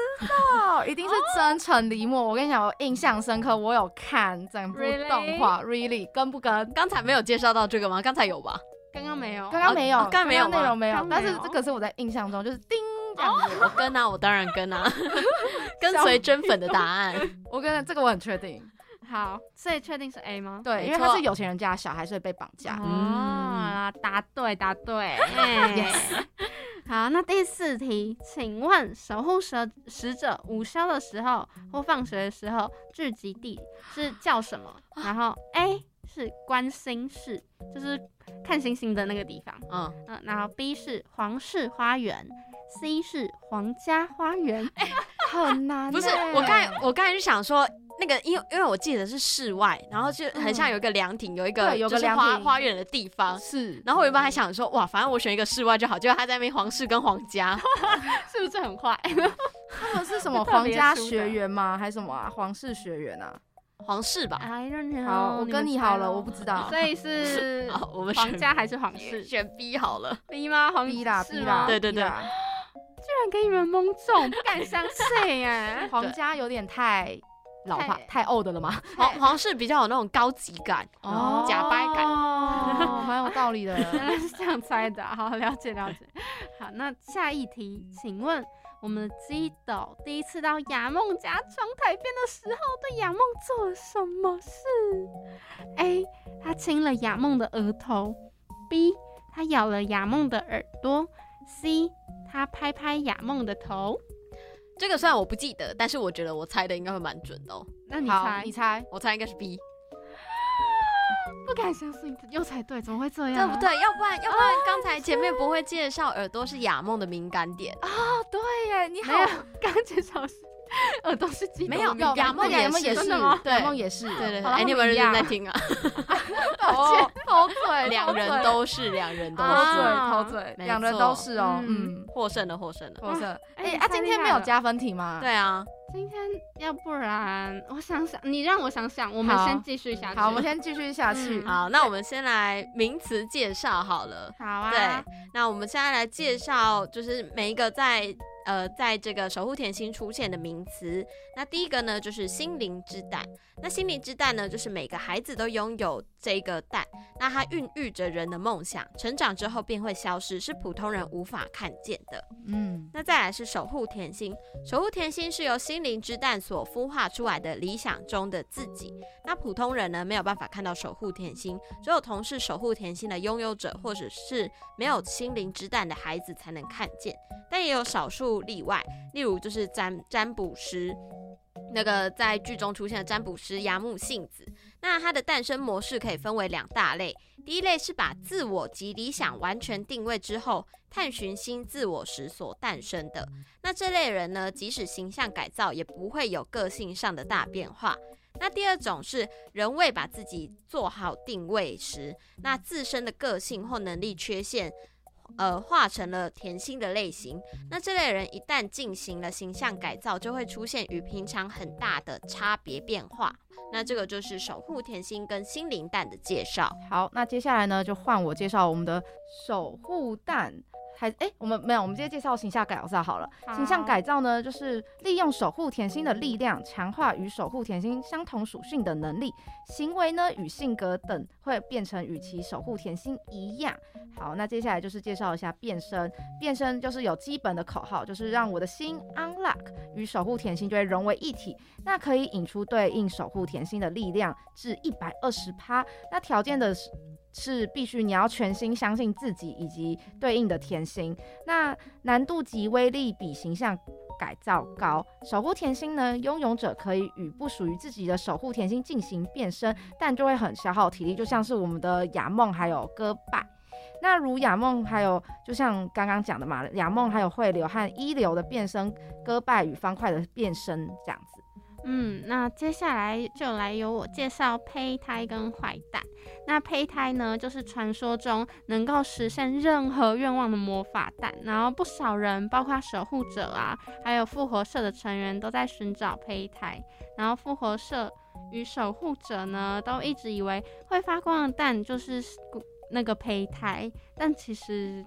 [SPEAKER 2] 道，一定是真诚李默。我跟你讲，我印象深刻，我有看整部
[SPEAKER 3] Really？
[SPEAKER 2] 动画，really
[SPEAKER 1] 哦
[SPEAKER 2] 跟不跟？
[SPEAKER 1] 刚才没有介绍到这个吗？刚才有吧？
[SPEAKER 3] 刚刚没有，
[SPEAKER 2] 刚刚没有，
[SPEAKER 1] 哦刚刚没有吗
[SPEAKER 2] 内容没有
[SPEAKER 3] 刚，刚
[SPEAKER 2] 但
[SPEAKER 3] 没有
[SPEAKER 2] 是这个是我在印象中就是叮这样子。
[SPEAKER 1] 我跟啊，我当然跟啊，跟随真粉的答案。
[SPEAKER 2] 我跟你这个我很确定，
[SPEAKER 3] 好，所以确定是 A 吗？
[SPEAKER 2] 对，
[SPEAKER 1] 没
[SPEAKER 2] 因为
[SPEAKER 1] 错
[SPEAKER 2] 他是有钱人家的小孩，所以被绑架。
[SPEAKER 3] 嗯啊，
[SPEAKER 2] 嗯
[SPEAKER 3] 答对，答 对。哎耶好，那第四题，请问守护蛇使者午休的时候或放学的时候聚集地是叫什么？
[SPEAKER 2] 啊
[SPEAKER 3] 然后 A 是观星室，就是看星星的那个地方。
[SPEAKER 1] 嗯，
[SPEAKER 3] 嗯、然后 B 是皇室花园，C 是皇家花园。
[SPEAKER 2] 很难欸。
[SPEAKER 1] 不是，我刚才我刚才是想说。那个，因为因为我记得是室外，然后就很像有一个凉亭，有一个
[SPEAKER 2] 对有个
[SPEAKER 1] 就是
[SPEAKER 2] 凉
[SPEAKER 1] 花
[SPEAKER 2] 亭
[SPEAKER 1] 花园的地方。
[SPEAKER 2] 是
[SPEAKER 1] 然后我原本还想说，哇，反正我选一个室外就好，结果他在那边皇室跟皇家，
[SPEAKER 3] 是不是很坏？
[SPEAKER 2] 他们是什么
[SPEAKER 3] 特别
[SPEAKER 2] 皇家
[SPEAKER 3] 出的
[SPEAKER 2] 学员吗？还是什么啊？皇室学员啊？
[SPEAKER 1] 皇室吧。
[SPEAKER 3] I don't know。
[SPEAKER 2] 好，我跟你
[SPEAKER 3] 嗯们猜
[SPEAKER 2] 好了，
[SPEAKER 3] 咯
[SPEAKER 2] 我不知道
[SPEAKER 3] 所。以是啊
[SPEAKER 1] 好，我们
[SPEAKER 3] 皇
[SPEAKER 1] 选
[SPEAKER 3] 家还是皇室？
[SPEAKER 1] 选 B 好了。
[SPEAKER 3] B 吗？皇
[SPEAKER 2] B 啦
[SPEAKER 3] 是啊
[SPEAKER 2] B
[SPEAKER 3] 吗
[SPEAKER 2] 啦，
[SPEAKER 1] 对对对
[SPEAKER 2] B 啦，！
[SPEAKER 3] 居然给你们蒙中，不敢相信哎
[SPEAKER 2] 皇家有点太老化太
[SPEAKER 3] 太、
[SPEAKER 2] old 了嘛，
[SPEAKER 1] 皇皇室比较有那种高级感，
[SPEAKER 2] 哎哦
[SPEAKER 1] 假掰感。
[SPEAKER 2] 哦，蛮有道 理的。
[SPEAKER 3] 原来是这样猜的，好了解了解。 好，那下一题，请问我们的基斗第一次到雅梦家窗台边的时候，对雅梦做了什么事？A. 他亲了雅梦的额头，B. 他咬了雅梦的耳朵，C. 他拍拍雅梦的头。
[SPEAKER 1] 这个虽然我不记得，但是我觉得我猜的应该会蛮准的哦。
[SPEAKER 3] 那你
[SPEAKER 2] 好
[SPEAKER 3] 猜，
[SPEAKER 2] 你猜，
[SPEAKER 1] 我猜应该是 B，
[SPEAKER 3] 不敢相信，又猜对，啊怎么会这
[SPEAKER 1] 对
[SPEAKER 3] 样？
[SPEAKER 1] 不？对？要不然，要不然刚才前面不会介绍耳朵是雅梦的敏感点，
[SPEAKER 2] 哦，对耶，你好
[SPEAKER 3] 没有， 刚刚介绍是耳朵是激动的
[SPEAKER 1] 没有
[SPEAKER 3] 敏感
[SPEAKER 1] 亚梦
[SPEAKER 2] 雅梦
[SPEAKER 1] 也是
[SPEAKER 2] 也是
[SPEAKER 3] 哦真的吗，
[SPEAKER 1] 对
[SPEAKER 2] 雅梦也是，
[SPEAKER 1] 对对对，
[SPEAKER 3] 好啦
[SPEAKER 1] 哎，你
[SPEAKER 3] 我
[SPEAKER 1] 们
[SPEAKER 3] 们一
[SPEAKER 1] 认真
[SPEAKER 3] 样
[SPEAKER 1] 在听啊，
[SPEAKER 3] 抱歉，偷嘴，
[SPEAKER 1] 两人
[SPEAKER 3] 偷
[SPEAKER 1] 都是，两人都
[SPEAKER 2] 偷
[SPEAKER 1] 是，
[SPEAKER 2] 嘴
[SPEAKER 3] 啊
[SPEAKER 2] 偷嘴，
[SPEAKER 1] 没
[SPEAKER 2] 两人
[SPEAKER 1] 错
[SPEAKER 2] 都是哦，
[SPEAKER 3] 嗯
[SPEAKER 2] 嗯，
[SPEAKER 1] 获胜了，获胜了。
[SPEAKER 2] 获胜。
[SPEAKER 3] 哎
[SPEAKER 2] 哎
[SPEAKER 3] 你
[SPEAKER 2] 啊，
[SPEAKER 3] 太
[SPEAKER 2] 今
[SPEAKER 3] 厉
[SPEAKER 2] 天
[SPEAKER 3] 害
[SPEAKER 2] 没有
[SPEAKER 3] 了
[SPEAKER 2] 加分题吗？，
[SPEAKER 1] 对啊，
[SPEAKER 3] 嘴。 今天要不然我想想，你让我想想，我们
[SPEAKER 2] 好
[SPEAKER 3] 先继续下去。
[SPEAKER 2] 好，我们先继续下去啊
[SPEAKER 3] 嗯。
[SPEAKER 1] 好，那我们先来名词介绍好了。
[SPEAKER 3] 好啊，
[SPEAKER 1] 对，那我们现在来介绍，就是每一个在呃，在这个守护甜心出现的名词。那第一个呢，就是心灵之蛋。那心灵之蛋呢，就是每个孩子都拥有这个蛋，那它孕育着人的梦想，成长之后便会消失，是普通人无法看见的。
[SPEAKER 2] 嗯，
[SPEAKER 1] 那再来是守护甜心，守护甜心是由心灵之蛋所孵化出来的理想中的自己。那普通人呢，没有办法看到守护甜心，只有同是守护甜心的拥有者，或者是没有心灵之蛋的孩子才能看见。但也有少数例外，例如就是占占卜师。那个在剧中出现的占卜师牙木杏子，那它的诞生模式可以分为两大类。第一类是把自我及理想完全定位之后，探寻新自我时所诞生的。那这类人呢，即使形象改造，也不会有个性上的大变化。那第二种是人为把自己做好定位时，那自身的个性或能力缺陷，呃，化成了甜心的类型。那这类人一旦进行了形象改造，就会出现与平常很大的差别变化。那这个就是守护甜心跟心灵蛋的介绍。
[SPEAKER 2] 好，那接下来呢，就换我介绍我们的守护蛋。还哎、我们没有，我们直接介绍形象改造好了。形象
[SPEAKER 3] 好
[SPEAKER 2] 改造呢，就是利用守护甜心的力量，强化与守护甜心相同属性的能力，行为呢与性格等会变成与其守护甜心一样。好，那接下来就是介绍一下变身。变身就是有基本的口号，就是让我的心 unlock 与守护甜心就会融为一体，那可以引出对应守护甜心的力量至一百二十趴。那条件的是是必须你要全心相信自己以及对应的甜心。那难度及威力比形象改造高。守护甜心呢，拥有者可以与不属于自己的守护甜心进行变身，但就会很消耗体力，就像是我们的雅梦还有戈拜。那如雅梦还有，就像刚刚讲的嘛，雅梦还有汇流和一流的变身，戈拜与方块的变身这样子。
[SPEAKER 3] 嗯，那接下来就来由我介绍胚胎跟坏蛋。那胚胎呢，就是传说中能够实现任何愿望的魔法蛋。然后不少人，包括守护者啊，还有复活社的成员，都在寻找胚胎。然后复活社与守护者呢，都一直以为会发光的蛋就是那个胚胎，但其实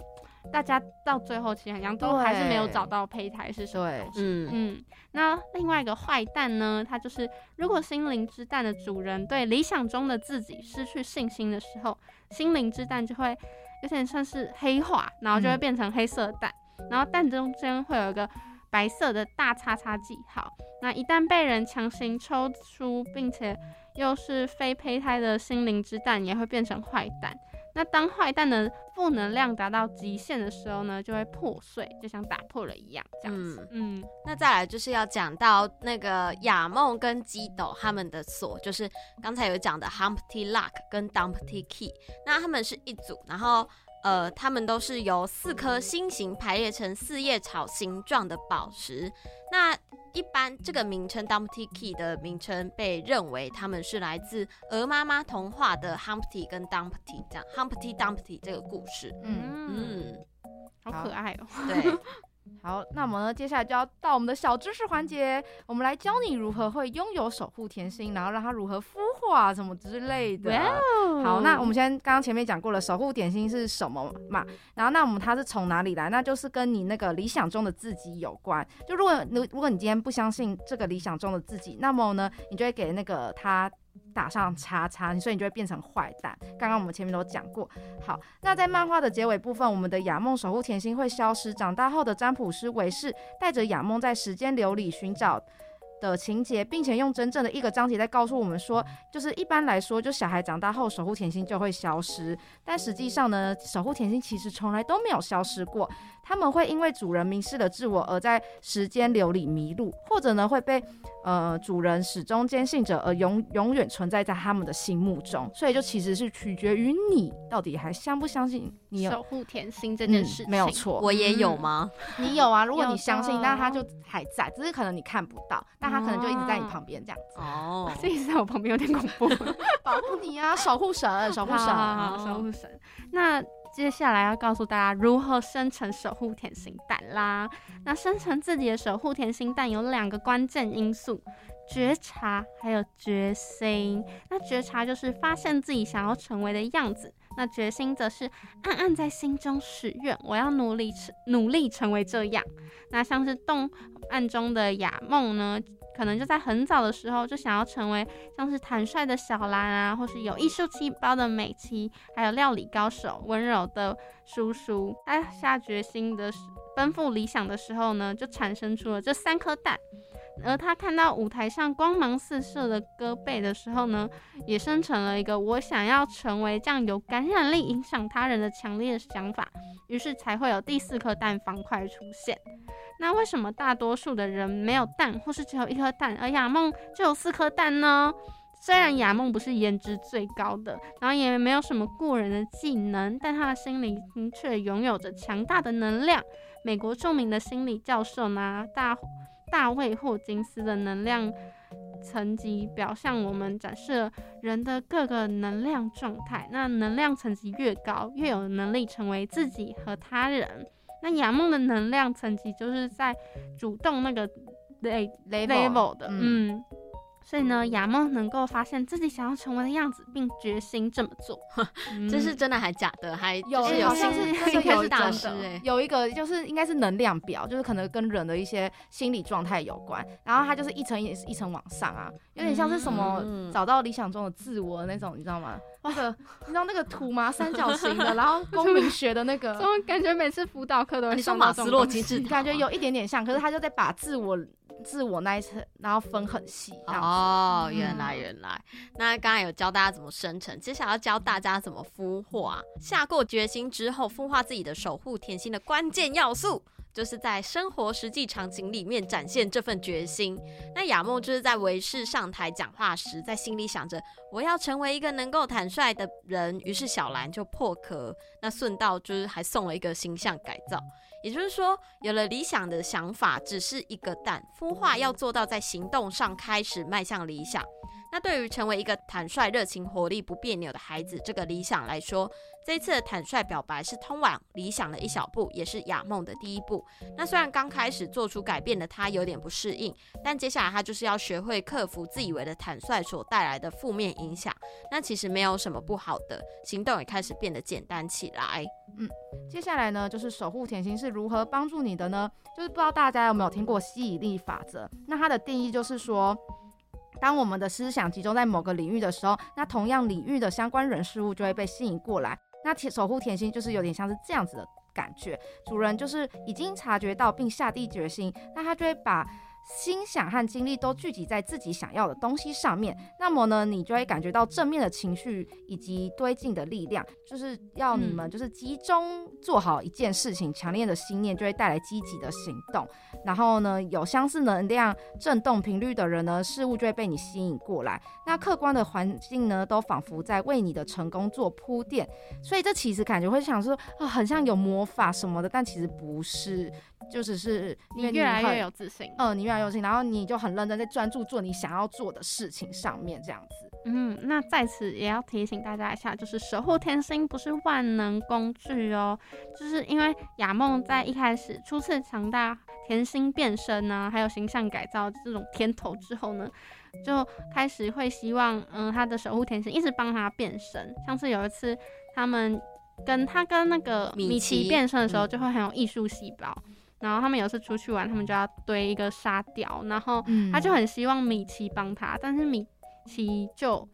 [SPEAKER 3] 大家到最后其实好像都还是没有
[SPEAKER 2] 对
[SPEAKER 3] 找到胚胎是什么
[SPEAKER 2] 对
[SPEAKER 3] 东西。
[SPEAKER 1] 嗯，
[SPEAKER 3] 嗯，那另外一个坏蛋呢，它就是如果心灵之蛋的主人对理想中的自己失去信心的时候，心灵之蛋就会有点像是黑化，然后就会
[SPEAKER 2] 嗯
[SPEAKER 3] 变成黑色蛋，然后蛋中间会有一个白色的大叉叉记号。那一旦被人强行抽出，并且又是非胚胎的心灵之蛋，也会变成坏蛋。那当坏蛋的负能量达到极限的时候呢，就会破碎，就像打破了一样，这样子。嗯
[SPEAKER 1] 那再来就是要讲到那个雅梦跟基斗他们的锁，就是刚才有讲的 Humpty Luck 跟 Dumpty Key，那他们是一组，然后呃，他们都是由四颗星形排列成四叶草形状的宝石。那一般这个名称 Dumpty Key 的名称被认为他们是来自鹅妈妈童话的 Humpty 跟 Dumpty 这样 Humpty Dumpty 这个故事。
[SPEAKER 2] 嗯，
[SPEAKER 3] 嗯，
[SPEAKER 1] 嗯，
[SPEAKER 3] 好可爱哦。
[SPEAKER 1] 对。
[SPEAKER 2] 好，那么呢，接下来就要到我们的小知识环节，我们来教你如何会拥有守护甜心，然后让它如何孵化什么之类的。好，那 我们先刚刚前面讲过了，守护点心是什么嘛？然后那我们它是从哪里来？那就是跟你那个理想中的自己有关。就如果你如果你今天不相信这个理想中的自己，那么呢，你就会给那个它打上叉叉，所以你就会变成坏蛋。刚刚我们前面都讲过。好，那在漫画的结尾部分，我们的雅梦守护甜心会消失，长大后的占卜师维士带着雅梦在时间流里寻找。的情节，并且用真正的一个章节在告诉我们说，就是一般来说，就小孩长大后守护甜心就会消失，但实际上呢，守护甜心其实从来都没有消失过，他们会因为主人迷失了自我而在时间流里迷路，或者呢会被呃主人始终坚信着而永永远存在在他们的心目中，所以就其实是取决于你到底还相不相信你有
[SPEAKER 3] 守护甜心这件事
[SPEAKER 2] 嗯、
[SPEAKER 3] 情，
[SPEAKER 2] 没有错，
[SPEAKER 1] 我也有吗？
[SPEAKER 2] 你有啊，如果你
[SPEAKER 3] 有
[SPEAKER 2] 相信，
[SPEAKER 3] 的
[SPEAKER 2] 那他就还在，只是可能你看不到，那他可能就一直在你旁边这样子，
[SPEAKER 1] 哦，
[SPEAKER 3] 这一直在我旁边有点恐怖。
[SPEAKER 2] 保护你 啊，守护神，守护
[SPEAKER 3] 好
[SPEAKER 2] 神。
[SPEAKER 3] 好好守护神。那接下来要告诉大家如何生成守护甜心蛋啦。那生成自己的守护甜心蛋有两个关键因素。觉察还有决心，那觉察就是发现自己想要成为的样子，那决心则是暗暗在心中许愿，我要努力成努力成为这样。那像是动暗中的雅梦呢，可能就在很早的时候就想要成为像是坦率的小兰啊，或是有艺术细胞的美琪，还有料理高手温柔的叔叔。哎，下决心的时奔赴理想的时候呢，就产生出了这三颗蛋。而他看到舞台上光芒四射的歌贝的时候呢，也生成了一个我想要成为这样有感染力、影响他人的强烈想法，于是才会有第四颗蛋方块出现。那为什么大多数的人没有蛋，或是只有一颗蛋，而亚梦就有四颗蛋呢？虽然亚梦不是颜值最高的，然后也没有什么过人的技能，但他的心灵却拥有着强大的能量。美国著名的心理教授呢，大大卫霍金斯的能量层级表向我们展示了人的各个能量状态。那能量层级越高，越有能力成为自己和他人。那亚梦的能量层级就是在主动那个类 level 的，
[SPEAKER 2] 嗯
[SPEAKER 3] 嗯。所以呢，亚梦能够发现自己想要成为的样子，并决心这么 做。嗯
[SPEAKER 1] 这是真的还假的？还
[SPEAKER 2] 有
[SPEAKER 1] 就
[SPEAKER 2] 哎
[SPEAKER 1] 是
[SPEAKER 3] 有
[SPEAKER 2] 好
[SPEAKER 1] 心
[SPEAKER 2] 像
[SPEAKER 3] 心
[SPEAKER 2] 是
[SPEAKER 3] 理
[SPEAKER 2] 真的有
[SPEAKER 1] 理
[SPEAKER 2] 一
[SPEAKER 1] 大
[SPEAKER 2] 种
[SPEAKER 1] 师哎，
[SPEAKER 2] 有一个就是应该是能量表，就是可能跟人的一些心理状态有关，然后它就是一层一一层往上啊，有点像是什么
[SPEAKER 1] 嗯
[SPEAKER 2] 找到理想中的自我的那种，你知道吗？那个你知道那个土 吗？三角形的，然后公民学的那个
[SPEAKER 3] 怎，么感觉每次辅导课都会
[SPEAKER 1] 哦你说
[SPEAKER 3] 上到
[SPEAKER 1] 马
[SPEAKER 3] 这
[SPEAKER 1] 斯
[SPEAKER 3] 种
[SPEAKER 1] 洛
[SPEAKER 3] 东西
[SPEAKER 1] 机 制，
[SPEAKER 2] 感觉有一点点像，可是他就在把自我自我那一层，然后分很细，这样子
[SPEAKER 1] 哦，原来
[SPEAKER 2] 嗯
[SPEAKER 1] 原来。那刚才有教大家怎么生成，接下来要教大家怎么孵化。下过决心之后，孵化自己的守护甜心的关键要素，就是在生活实际场景里面展现这份决心。那雅梦就是在维视上台讲话时，在心里想着我要成为一个能够坦率的人，于是小兰就破壳，那顺道就是还送了一个形象改造。也就是说，有了理想的想法，只是一个蛋孵化，要做到在行动上开始迈向理想。那对于成为一个坦率、热情、活力、不别扭的孩子这个理想来说，这一次的坦率表白是通往理想的一小步，也是雅梦的第一步。那虽然刚开始做出改变的他有点不适应，但接下来他就是要学会克服自以为的坦率所带来的负面影响。那其实没有什么不好的，行动也开始变得简单起来。
[SPEAKER 2] 接下来呢，就是守护甜心是如何帮助你的呢？就是不知道大家有没有听过吸引力法则？那它的定义就是说。当我们的思想集中在某个领域的时候，那同样领域的相关人事物就会被吸引过来。那铁守护甜心就是有点像是这样子的感觉，主人就是已经察觉到并下定决心，那他就会把心想和精力都聚集在自己想要的东西上面。那么呢，你就会感觉到正面的情绪以及推进的力量，就是要你们就是集中做好一件事情，强烈的信念就会带来积极的行动。然后呢，有相似能量振动频率的人呢，事物就会被你吸引过来。那客观的环境呢，都仿佛在为你的成功做铺垫。所以这其实感觉会想说，啊、很像有魔法什么的，但其实不是，就只是因
[SPEAKER 3] 你
[SPEAKER 2] 为
[SPEAKER 3] 越来
[SPEAKER 2] 很
[SPEAKER 3] 越有自信。
[SPEAKER 2] 嗯，你越来越有心，然后你就很认真在专注做你想要做的事情上面，这样子。
[SPEAKER 3] 嗯，那在此也要提醒大家一下，就是守护甜心不是万能工具哦，就是因为雅梦在一开始初次尝到甜心变身呢、还有形象改造这种甜头之后呢，就开始会希望，嗯，他的守护甜心一直帮他变身。像是有一次他们跟他跟那个
[SPEAKER 1] 米
[SPEAKER 3] 米奇
[SPEAKER 1] 奇
[SPEAKER 3] 变身的时候，
[SPEAKER 1] 嗯
[SPEAKER 3] 就会很有艺术细胞。然后他们有一次出去玩，他们就要堆一个沙雕，然后
[SPEAKER 2] 嗯
[SPEAKER 3] 他就很希望米奇帮他，但是米奇就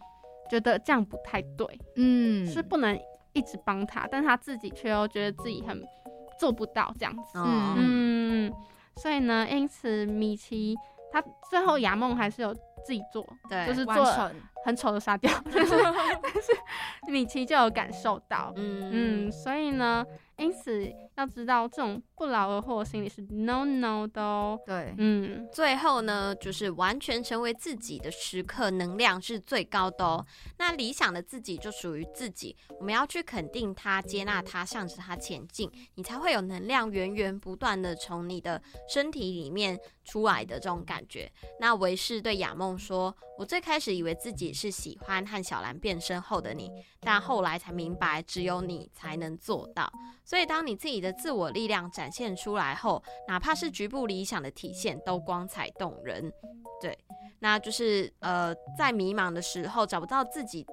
[SPEAKER 3] 觉得这样不太对，
[SPEAKER 2] 嗯
[SPEAKER 3] 是不能一直帮他，但他自己却又觉得自己很做不到这样子。
[SPEAKER 1] 嗯
[SPEAKER 2] 嗯
[SPEAKER 3] 嗯，所以呢，因此米奇他最后牙梦还是有自己做，
[SPEAKER 1] 对，
[SPEAKER 3] 就是
[SPEAKER 2] 完
[SPEAKER 3] 做
[SPEAKER 2] 成
[SPEAKER 3] 很丑的杀掉，但是但是米奇就有感受到，
[SPEAKER 1] 嗯
[SPEAKER 3] 嗯，所以呢，因此要知道这种不劳而获的心理是 no no 的哦，
[SPEAKER 2] 对，
[SPEAKER 3] 嗯，
[SPEAKER 1] 最后呢，就是完全成为自己的时刻，能量是最高的哦。那理想的自己就属于自己，我们要去肯定它、接纳它、向着它前进，你才会有能量源源不断的从你的身体里面出来的这种感觉。那维士对亚梦说：“我最开始以为自己是喜欢和小兰变身后的你，但后来才明白，只有你才能做到。所以，当你自己的自我力量展现出来后，哪怕是局部理想的体现，都光彩动人。对，那就是呃，在迷茫的时候，找不到自己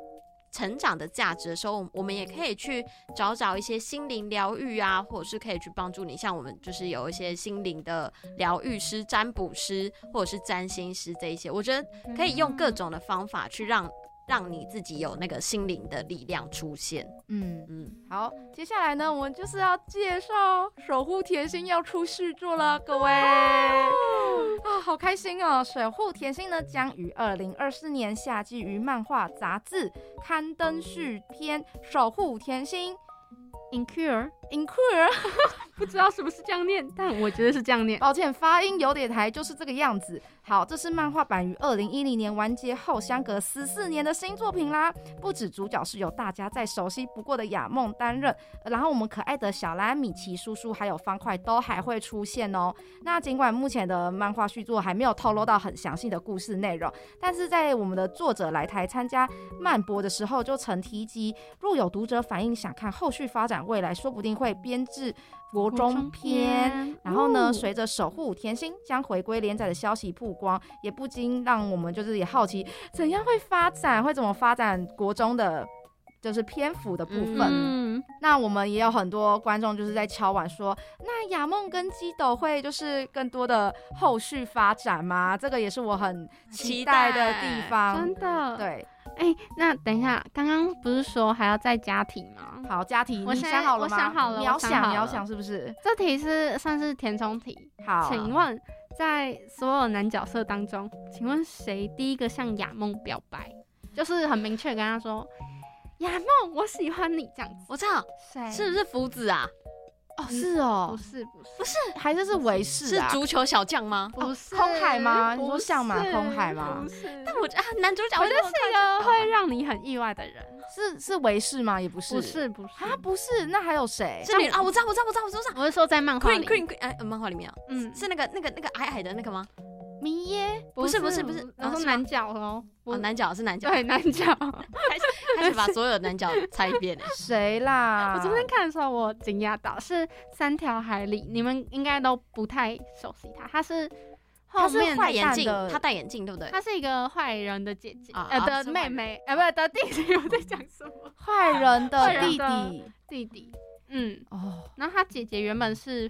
[SPEAKER 1] 成长的价值的时候，我们也可以去找找一些心灵疗愈啊，或者是可以去帮助你。像我们就是有一些心灵的疗愈师、占卜师，或者是占星师这一些，我觉得可以用各种的方法去让。让你自己有那个心灵的力量出现，
[SPEAKER 2] 嗯，
[SPEAKER 1] 嗯，
[SPEAKER 2] 好，接下来呢，我们就是要介绍守护甜心要出续作了，各位。啊，好开心哦！守护甜心呢，将于二零二四年夏季于漫画杂志刊登续篇《守护甜心
[SPEAKER 3] 嗯 incure
[SPEAKER 2] i n c u r
[SPEAKER 3] 不知道是不是这样念，但我觉得是这样念。
[SPEAKER 2] 抱歉，发音有点台，就是这个样子。好，这是漫画版于二零一零年完结后相隔十四年的新作品啦。不止主角是由大家再熟悉不过的亚梦担任，然后我们可爱的小兰、米奇叔叔还有方块都还会出现哦。那尽管目前的漫画续作还没有透露到很详细的故事内容，但是在我们的作者来台参加漫博的时候就曾提及，若有读者反映想看后续发展，未来说不定会编制国中篇。哦然后
[SPEAKER 3] 哦
[SPEAKER 2] 呢，随着《守护甜心》将回归连载的消息曝光，也不禁让我们就是也好奇，怎样会发展，会怎么发展国中的，就是篇幅的部分。
[SPEAKER 3] 嗯，
[SPEAKER 2] 那我们也有很多观众就是在敲碗说，那亚梦跟基斗会就是更多的后续发展吗？这个也是我很期待的地方
[SPEAKER 3] 真。的。，
[SPEAKER 2] 嗯对，
[SPEAKER 3] 哎，那等一下，刚刚不是说还要再加题吗？
[SPEAKER 2] 好，佳婷，
[SPEAKER 3] 我
[SPEAKER 2] 你
[SPEAKER 3] 现
[SPEAKER 2] 想
[SPEAKER 3] 在
[SPEAKER 2] 好了
[SPEAKER 3] 我
[SPEAKER 2] 吗？
[SPEAKER 3] 想好了我
[SPEAKER 2] 秒
[SPEAKER 3] 想
[SPEAKER 2] 想，
[SPEAKER 3] 好
[SPEAKER 2] 秒
[SPEAKER 3] 了
[SPEAKER 2] 想，是不是？
[SPEAKER 3] 这题是算是填充题。
[SPEAKER 2] 好，啊
[SPEAKER 3] 请问，哦在所有男角色当中，请问谁第一个向亚梦表白？就是很明确跟他说：“亚梦，我喜欢你。”这样子，
[SPEAKER 1] 我知道
[SPEAKER 3] 谁？
[SPEAKER 1] 是不
[SPEAKER 2] 哎
[SPEAKER 1] 是福子啊？
[SPEAKER 2] 哦，是哦
[SPEAKER 3] 不，是？不是？
[SPEAKER 1] 不是，
[SPEAKER 2] 还是是维士
[SPEAKER 1] 是
[SPEAKER 2] 啊？
[SPEAKER 1] 足球小将吗？
[SPEAKER 2] 哦
[SPEAKER 3] 不是
[SPEAKER 2] 空海吗你
[SPEAKER 3] 不
[SPEAKER 2] 说像马
[SPEAKER 3] 是
[SPEAKER 2] 空海吗
[SPEAKER 3] 不是
[SPEAKER 1] 但我觉得、啊、男主角
[SPEAKER 3] 我觉得
[SPEAKER 1] 是
[SPEAKER 3] 是一个会让你很意外的人。
[SPEAKER 2] 是是维士吗？也不是，
[SPEAKER 3] 不是不是
[SPEAKER 2] 啊，不是，那还有谁？
[SPEAKER 1] 是女啊，我知道，我知道，我知道，我知道。
[SPEAKER 3] 我是说在漫画
[SPEAKER 1] Queen
[SPEAKER 3] 里。
[SPEAKER 1] Queen Queen，哎，呃漫画里面啊，
[SPEAKER 3] 嗯，
[SPEAKER 1] 是那个那个那个矮矮的那个吗？
[SPEAKER 3] 迷耶？
[SPEAKER 1] 不是不
[SPEAKER 3] 不
[SPEAKER 1] 是不是
[SPEAKER 3] 我
[SPEAKER 1] 啊
[SPEAKER 3] 说
[SPEAKER 1] 是吗
[SPEAKER 3] 男角喽。
[SPEAKER 1] 哦，
[SPEAKER 3] 我
[SPEAKER 1] 男角是男角，
[SPEAKER 3] 对男角。
[SPEAKER 1] 开始把所有的男角猜一遍欸
[SPEAKER 2] 谁啦？
[SPEAKER 3] 我昨天看的时候，我惊讶到是三条海里，你们应该都不太熟悉他。他是后
[SPEAKER 2] 他是
[SPEAKER 3] 面
[SPEAKER 2] 坏
[SPEAKER 1] 戴
[SPEAKER 2] 蛋
[SPEAKER 1] 眼镜
[SPEAKER 2] 的，
[SPEAKER 1] 他戴眼镜对不对？
[SPEAKER 3] 他是一个坏人的姐姐，
[SPEAKER 1] 啊
[SPEAKER 3] 呃
[SPEAKER 1] 啊
[SPEAKER 3] 的
[SPEAKER 1] 是
[SPEAKER 3] 妹
[SPEAKER 1] 坏人
[SPEAKER 3] 妹，呃不是的弟弟。 我在讲什么？
[SPEAKER 2] 坏人
[SPEAKER 3] 坏
[SPEAKER 2] 的
[SPEAKER 3] 人
[SPEAKER 2] 弟
[SPEAKER 3] 的
[SPEAKER 2] 弟
[SPEAKER 3] 弟弟。嗯，
[SPEAKER 2] 哦，
[SPEAKER 3] 然后他姐姐原本是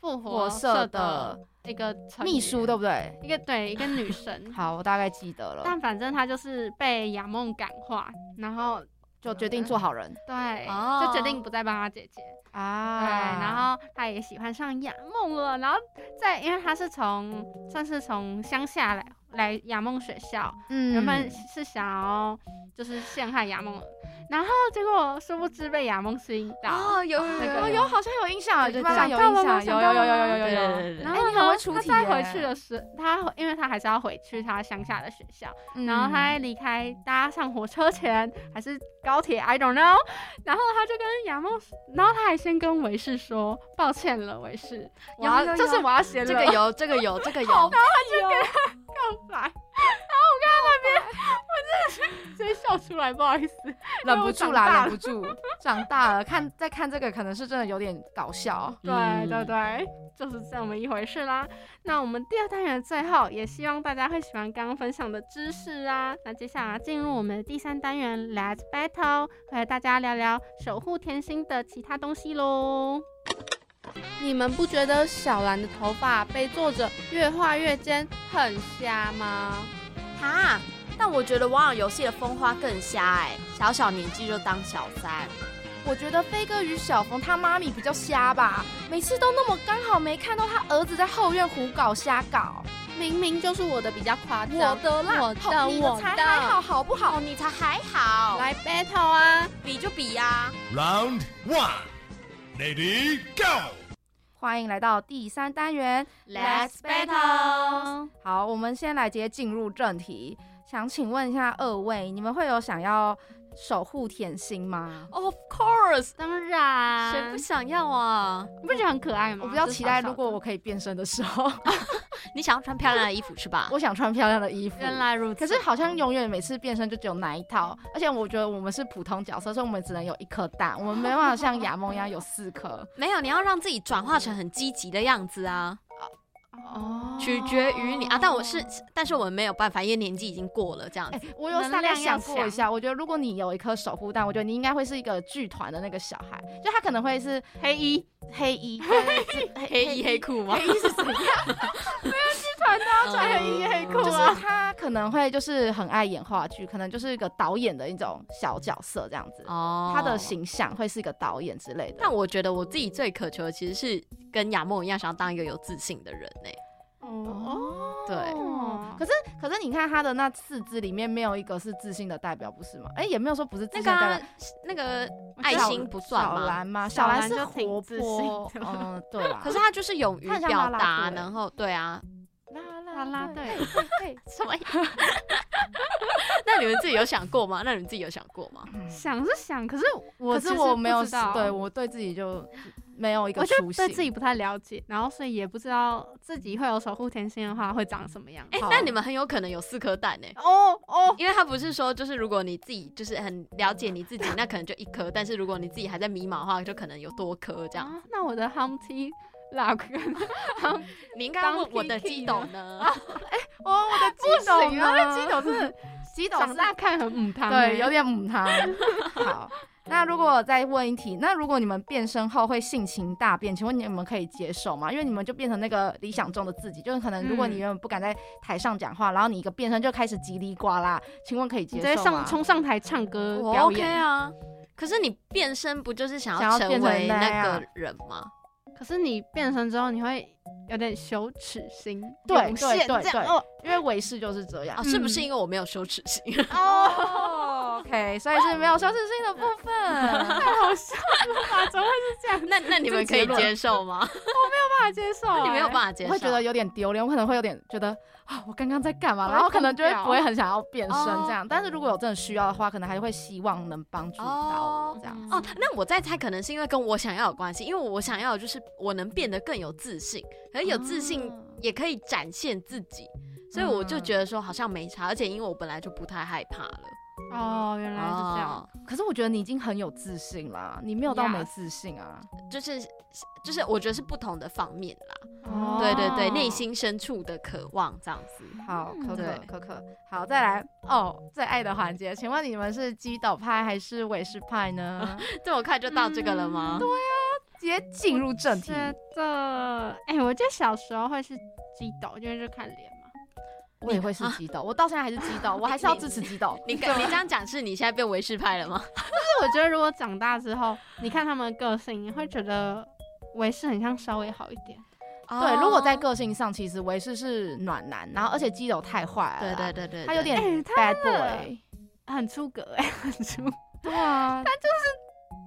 [SPEAKER 3] 复活
[SPEAKER 2] 火
[SPEAKER 3] 社
[SPEAKER 2] 色
[SPEAKER 3] 的
[SPEAKER 2] 的
[SPEAKER 3] 一个成
[SPEAKER 2] 秘
[SPEAKER 3] 员
[SPEAKER 2] 书对不对？。
[SPEAKER 3] 一个对一个女神
[SPEAKER 2] 好，我大概记得了，
[SPEAKER 3] 但反正她就是被亚梦感化，然后
[SPEAKER 2] 就决定做好人
[SPEAKER 3] 对，
[SPEAKER 1] 哦
[SPEAKER 3] 就决定不再帮她姐姐。
[SPEAKER 2] 啊
[SPEAKER 3] 对，然后她也喜欢上亚梦了。然后在，因为她是从算是从乡下来来亚梦学校，
[SPEAKER 2] 嗯
[SPEAKER 3] 原本是想要就是陷害亚梦，然后结果殊不知被亚梦吸引到。
[SPEAKER 1] 哦，有有
[SPEAKER 3] 那
[SPEAKER 1] 有
[SPEAKER 3] 个
[SPEAKER 2] 哦
[SPEAKER 1] 有
[SPEAKER 2] 有好像有印象，
[SPEAKER 3] 对对
[SPEAKER 2] 慢慢有
[SPEAKER 3] 想到
[SPEAKER 2] 印
[SPEAKER 3] 了吗
[SPEAKER 2] 象，有有有有有有有有，
[SPEAKER 1] 对
[SPEAKER 3] 然
[SPEAKER 2] 哎
[SPEAKER 3] 后
[SPEAKER 2] 你很
[SPEAKER 3] 呢
[SPEAKER 2] 会，出
[SPEAKER 3] 她
[SPEAKER 2] 题
[SPEAKER 3] 再
[SPEAKER 2] 耶
[SPEAKER 3] 回去的时，她因为她还是要回去她乡下的学校，
[SPEAKER 2] 嗯
[SPEAKER 3] 然后他在离开搭上火车前还是高铁，I don't know。然后他就跟亚梦，然后他还先跟维士说抱歉了，维士， 我
[SPEAKER 1] 有
[SPEAKER 3] 要
[SPEAKER 1] 有
[SPEAKER 3] 这是
[SPEAKER 1] 有
[SPEAKER 3] 我要写
[SPEAKER 1] 这个有这个有这个有，
[SPEAKER 3] 告白。然后 我看到那边，我真的是直 接笑出来，不好意思。
[SPEAKER 2] 忍不住
[SPEAKER 3] 长大
[SPEAKER 2] 啦，
[SPEAKER 3] 了
[SPEAKER 2] 忍不住，长大了看再看这个可能是真的有点搞笑，
[SPEAKER 3] 对
[SPEAKER 5] 嗯
[SPEAKER 3] 对对，就是这么一回事啦。那我们第二单元最后也希望大家会喜欢刚刚分享的知识啊。那接下来进入我们的第三单元，Let's Battle，会和大家聊聊守护甜心的其他东西喽。
[SPEAKER 5] 你们不觉得小兰的头发被作者越画越尖很瞎吗？
[SPEAKER 1] 哈，但我觉得网友游戏的风花更瞎哎、小小年纪就当小三，
[SPEAKER 2] 我觉得飞哥与小冯他妈咪比较瞎吧，每次都那么刚好没看到他儿子在后院胡搞瞎搞。
[SPEAKER 5] 明明就是我的比较夸
[SPEAKER 2] 我
[SPEAKER 5] 张，
[SPEAKER 2] 的啦，
[SPEAKER 5] 我的
[SPEAKER 2] 好你的
[SPEAKER 5] 我
[SPEAKER 2] 才
[SPEAKER 5] 的
[SPEAKER 2] 还好，好不好？
[SPEAKER 1] 哦你才还好，
[SPEAKER 5] 来 battle 啊！
[SPEAKER 1] 比就比呀、
[SPEAKER 6] Round one, lady go.
[SPEAKER 2] 欢迎来到第三单元
[SPEAKER 1] Let's battle
[SPEAKER 2] 好，我们先来直接进入正题，想请问一下二位，你们会有想要守护甜心吗？
[SPEAKER 1] Of course，
[SPEAKER 3] 当然，
[SPEAKER 1] 谁不想要啊？
[SPEAKER 3] 你不觉得很可爱吗？
[SPEAKER 2] 我比较期待，
[SPEAKER 3] 就是小小的
[SPEAKER 2] 如果我可以变身的时 候，
[SPEAKER 1] 你想要穿漂亮的衣服是吧？
[SPEAKER 2] 我想穿漂亮的 衣服。
[SPEAKER 3] 原来如此，
[SPEAKER 2] 可是好像永远每次变身就只有那一套，而且我觉得我们是普通角色，所以我们只能有一颗蛋，我们没办法像亚梦一样有四颗。
[SPEAKER 1] 没有，你要让自己转化成很积极的样子啊，
[SPEAKER 3] 哦
[SPEAKER 1] 取决于你啊。但我是，但是我们没有办法，因为年纪已经过了这样
[SPEAKER 2] 哎、
[SPEAKER 1] 子。
[SPEAKER 2] 我有大概想过一下，我觉得如果你有一颗守护蛋，我觉得你应该会是一个剧团的那个小孩，就他可能会是
[SPEAKER 3] 黑衣
[SPEAKER 2] 黑
[SPEAKER 3] 哦
[SPEAKER 2] 衣，对
[SPEAKER 1] 黑衣黑裤吗？
[SPEAKER 2] 黑衣是怎样？
[SPEAKER 3] 团的
[SPEAKER 1] 穿
[SPEAKER 3] 黑衣黑裤
[SPEAKER 2] 就
[SPEAKER 3] 啊
[SPEAKER 2] 是他可能会就是很爱演话剧，可能就是一个导演的一种小角色这样子。
[SPEAKER 1] 哦
[SPEAKER 2] 他的。形象会是一个导演之类的，
[SPEAKER 1] 但我觉得我自己最渴求的其实是跟亚梦一样，想要当一个有自信的人欸呢、
[SPEAKER 3] 哦，
[SPEAKER 1] 对，
[SPEAKER 2] 哦可是可是你看他的那四肢里面没有一个是自信的代表，不是吗？哎、也没有说不是自
[SPEAKER 1] 那
[SPEAKER 2] 信
[SPEAKER 1] 个
[SPEAKER 2] 的代
[SPEAKER 1] 啊、
[SPEAKER 2] 表。
[SPEAKER 1] 那个
[SPEAKER 3] 我
[SPEAKER 1] 爱
[SPEAKER 3] 知道
[SPEAKER 1] 心不算
[SPEAKER 2] 小
[SPEAKER 1] 吗？
[SPEAKER 2] 兰吗？
[SPEAKER 3] 小
[SPEAKER 2] 小
[SPEAKER 3] 兰
[SPEAKER 2] 兰是
[SPEAKER 3] 就挺
[SPEAKER 2] 活
[SPEAKER 3] 自信
[SPEAKER 2] 泼，
[SPEAKER 3] 的
[SPEAKER 2] 嗯，对啦。
[SPEAKER 1] 可是他就是勇于
[SPEAKER 2] 他很像
[SPEAKER 1] 表
[SPEAKER 2] 啦啦
[SPEAKER 1] 达，
[SPEAKER 2] 队
[SPEAKER 1] 然后对啊，
[SPEAKER 2] 啦
[SPEAKER 3] 啦啦队，
[SPEAKER 1] 什么？ 那你们自己有想过吗？那你们自己有想过吗？
[SPEAKER 3] 想是想，可是我
[SPEAKER 2] 可是我没有
[SPEAKER 3] 知道，
[SPEAKER 2] 对我对自己就没有一个
[SPEAKER 3] 我就
[SPEAKER 2] 雏形。
[SPEAKER 3] 对自己不太了解，然后所以也不知道自己会有守护甜心的话会长什么样。
[SPEAKER 1] 哎、
[SPEAKER 2] 好
[SPEAKER 1] 那你们很有可能有四颗蛋呢、欸
[SPEAKER 3] 哦哦，
[SPEAKER 1] 因为他不是说，就是如果你自己就是很了解你自己，那可能就一颗；但是如果你自己还在迷茫的话，就可能有多颗这样。
[SPEAKER 3] 啊那我的 Humpty Luck 跟 Hump
[SPEAKER 1] 你应该要问
[SPEAKER 3] 当
[SPEAKER 1] 我的啊
[SPEAKER 3] Kiki
[SPEAKER 1] 鸡斗呢？
[SPEAKER 2] 哦，我的
[SPEAKER 3] 不
[SPEAKER 2] 激动
[SPEAKER 3] 行啊，那
[SPEAKER 2] 呢
[SPEAKER 3] 鸡 斗真的
[SPEAKER 2] 激动
[SPEAKER 3] 长
[SPEAKER 2] 是
[SPEAKER 3] 大看很母汤欸，
[SPEAKER 2] 对，有点母 汤。好，那如果我再问一题，那如果你们变身后会性情大变，请问你们可以接受吗？因为你们就变成那个理想中的自己，就是可能如果你
[SPEAKER 3] 嗯
[SPEAKER 2] 原本不敢在台上讲话，然后你一个变身就开始叽里呱啦，请问可以接
[SPEAKER 3] 你直接
[SPEAKER 2] 受啊
[SPEAKER 3] 上
[SPEAKER 2] 吗？
[SPEAKER 3] 冲上台唱歌
[SPEAKER 1] 我
[SPEAKER 3] 表
[SPEAKER 1] OK
[SPEAKER 3] 演。
[SPEAKER 1] 啊。可是你变身不就是想
[SPEAKER 2] 想
[SPEAKER 1] 要
[SPEAKER 2] 要
[SPEAKER 1] 成
[SPEAKER 2] 变成
[SPEAKER 1] 为
[SPEAKER 2] 那
[SPEAKER 1] 那个
[SPEAKER 2] 样
[SPEAKER 1] 人吗？
[SPEAKER 3] 可是你变身之后，你会有点羞耻心
[SPEAKER 2] 对
[SPEAKER 3] 涌
[SPEAKER 2] 对
[SPEAKER 3] 现，
[SPEAKER 2] 对
[SPEAKER 3] 这样
[SPEAKER 2] 对
[SPEAKER 3] 哦
[SPEAKER 2] 因为韦氏就是这样
[SPEAKER 1] 啊，。是不
[SPEAKER 3] 嗯
[SPEAKER 1] 是因为我没有羞耻心？
[SPEAKER 2] 哦、o k 所以是没有羞耻心的部 分。
[SPEAKER 3] 太好笑了吧？怎么会是这样？
[SPEAKER 1] 那那你们可
[SPEAKER 3] 这
[SPEAKER 1] 以
[SPEAKER 3] 结论
[SPEAKER 1] 接受吗？
[SPEAKER 3] 无法接受、欸，
[SPEAKER 1] 你没有办法接
[SPEAKER 2] 我
[SPEAKER 1] 受，
[SPEAKER 2] 会觉得有点丢脸，我可能会有点觉得啊，我刚刚在干嘛？然后可能就会不会很想要变身
[SPEAKER 1] 哦
[SPEAKER 2] 这样。但是如果有真的需要的话，可能还会希望能帮助到
[SPEAKER 1] 哦
[SPEAKER 2] 我这样。
[SPEAKER 1] 哦，那我在猜，可能是因为跟我想要有关系，因为我想要的就是我能变得更有自信，可是有自信也可以展现自己，所以我
[SPEAKER 2] 嗯
[SPEAKER 1] 就觉得说好像没差，而且因为我本来就不太害怕了，
[SPEAKER 3] 哦，原来是这样。
[SPEAKER 1] 哦，
[SPEAKER 2] 可是我觉得你已经很有自信啦，你没有到没自信啊。
[SPEAKER 1] 就是就是我觉得是不同的方面啦，
[SPEAKER 3] 哦
[SPEAKER 1] 对对对，内心深处的渴望这样子。
[SPEAKER 2] 好，可可
[SPEAKER 1] 对
[SPEAKER 2] 可可，好，再来哦，最爱的环节，请问你们是基斗派还是韦氏派 呢？
[SPEAKER 1] 这么快就到这个
[SPEAKER 2] 嗯
[SPEAKER 1] 了吗？
[SPEAKER 2] 直接进入正题
[SPEAKER 3] 觉，得，哎、我记得小时候会是激斗，因为就看脸嘛。
[SPEAKER 2] 我也会是基斗，我到现在还是基斗，我还是要支持基斗。
[SPEAKER 1] 啊你你这样讲是你现在变维士派了吗？
[SPEAKER 3] 但是我觉得，如果长大之后，你看他们的个性，你会觉得维氏很像稍微好一点。
[SPEAKER 2] 对，如
[SPEAKER 1] 哦
[SPEAKER 2] 果在个性上，其实韦氏是暖男，然后而且基斗太坏了
[SPEAKER 1] 对对
[SPEAKER 2] 啦，
[SPEAKER 1] 对对，
[SPEAKER 2] 他有点
[SPEAKER 3] 哎他
[SPEAKER 2] bad
[SPEAKER 3] 的
[SPEAKER 2] boy。
[SPEAKER 3] 很出格哎、很出。
[SPEAKER 2] 对啊，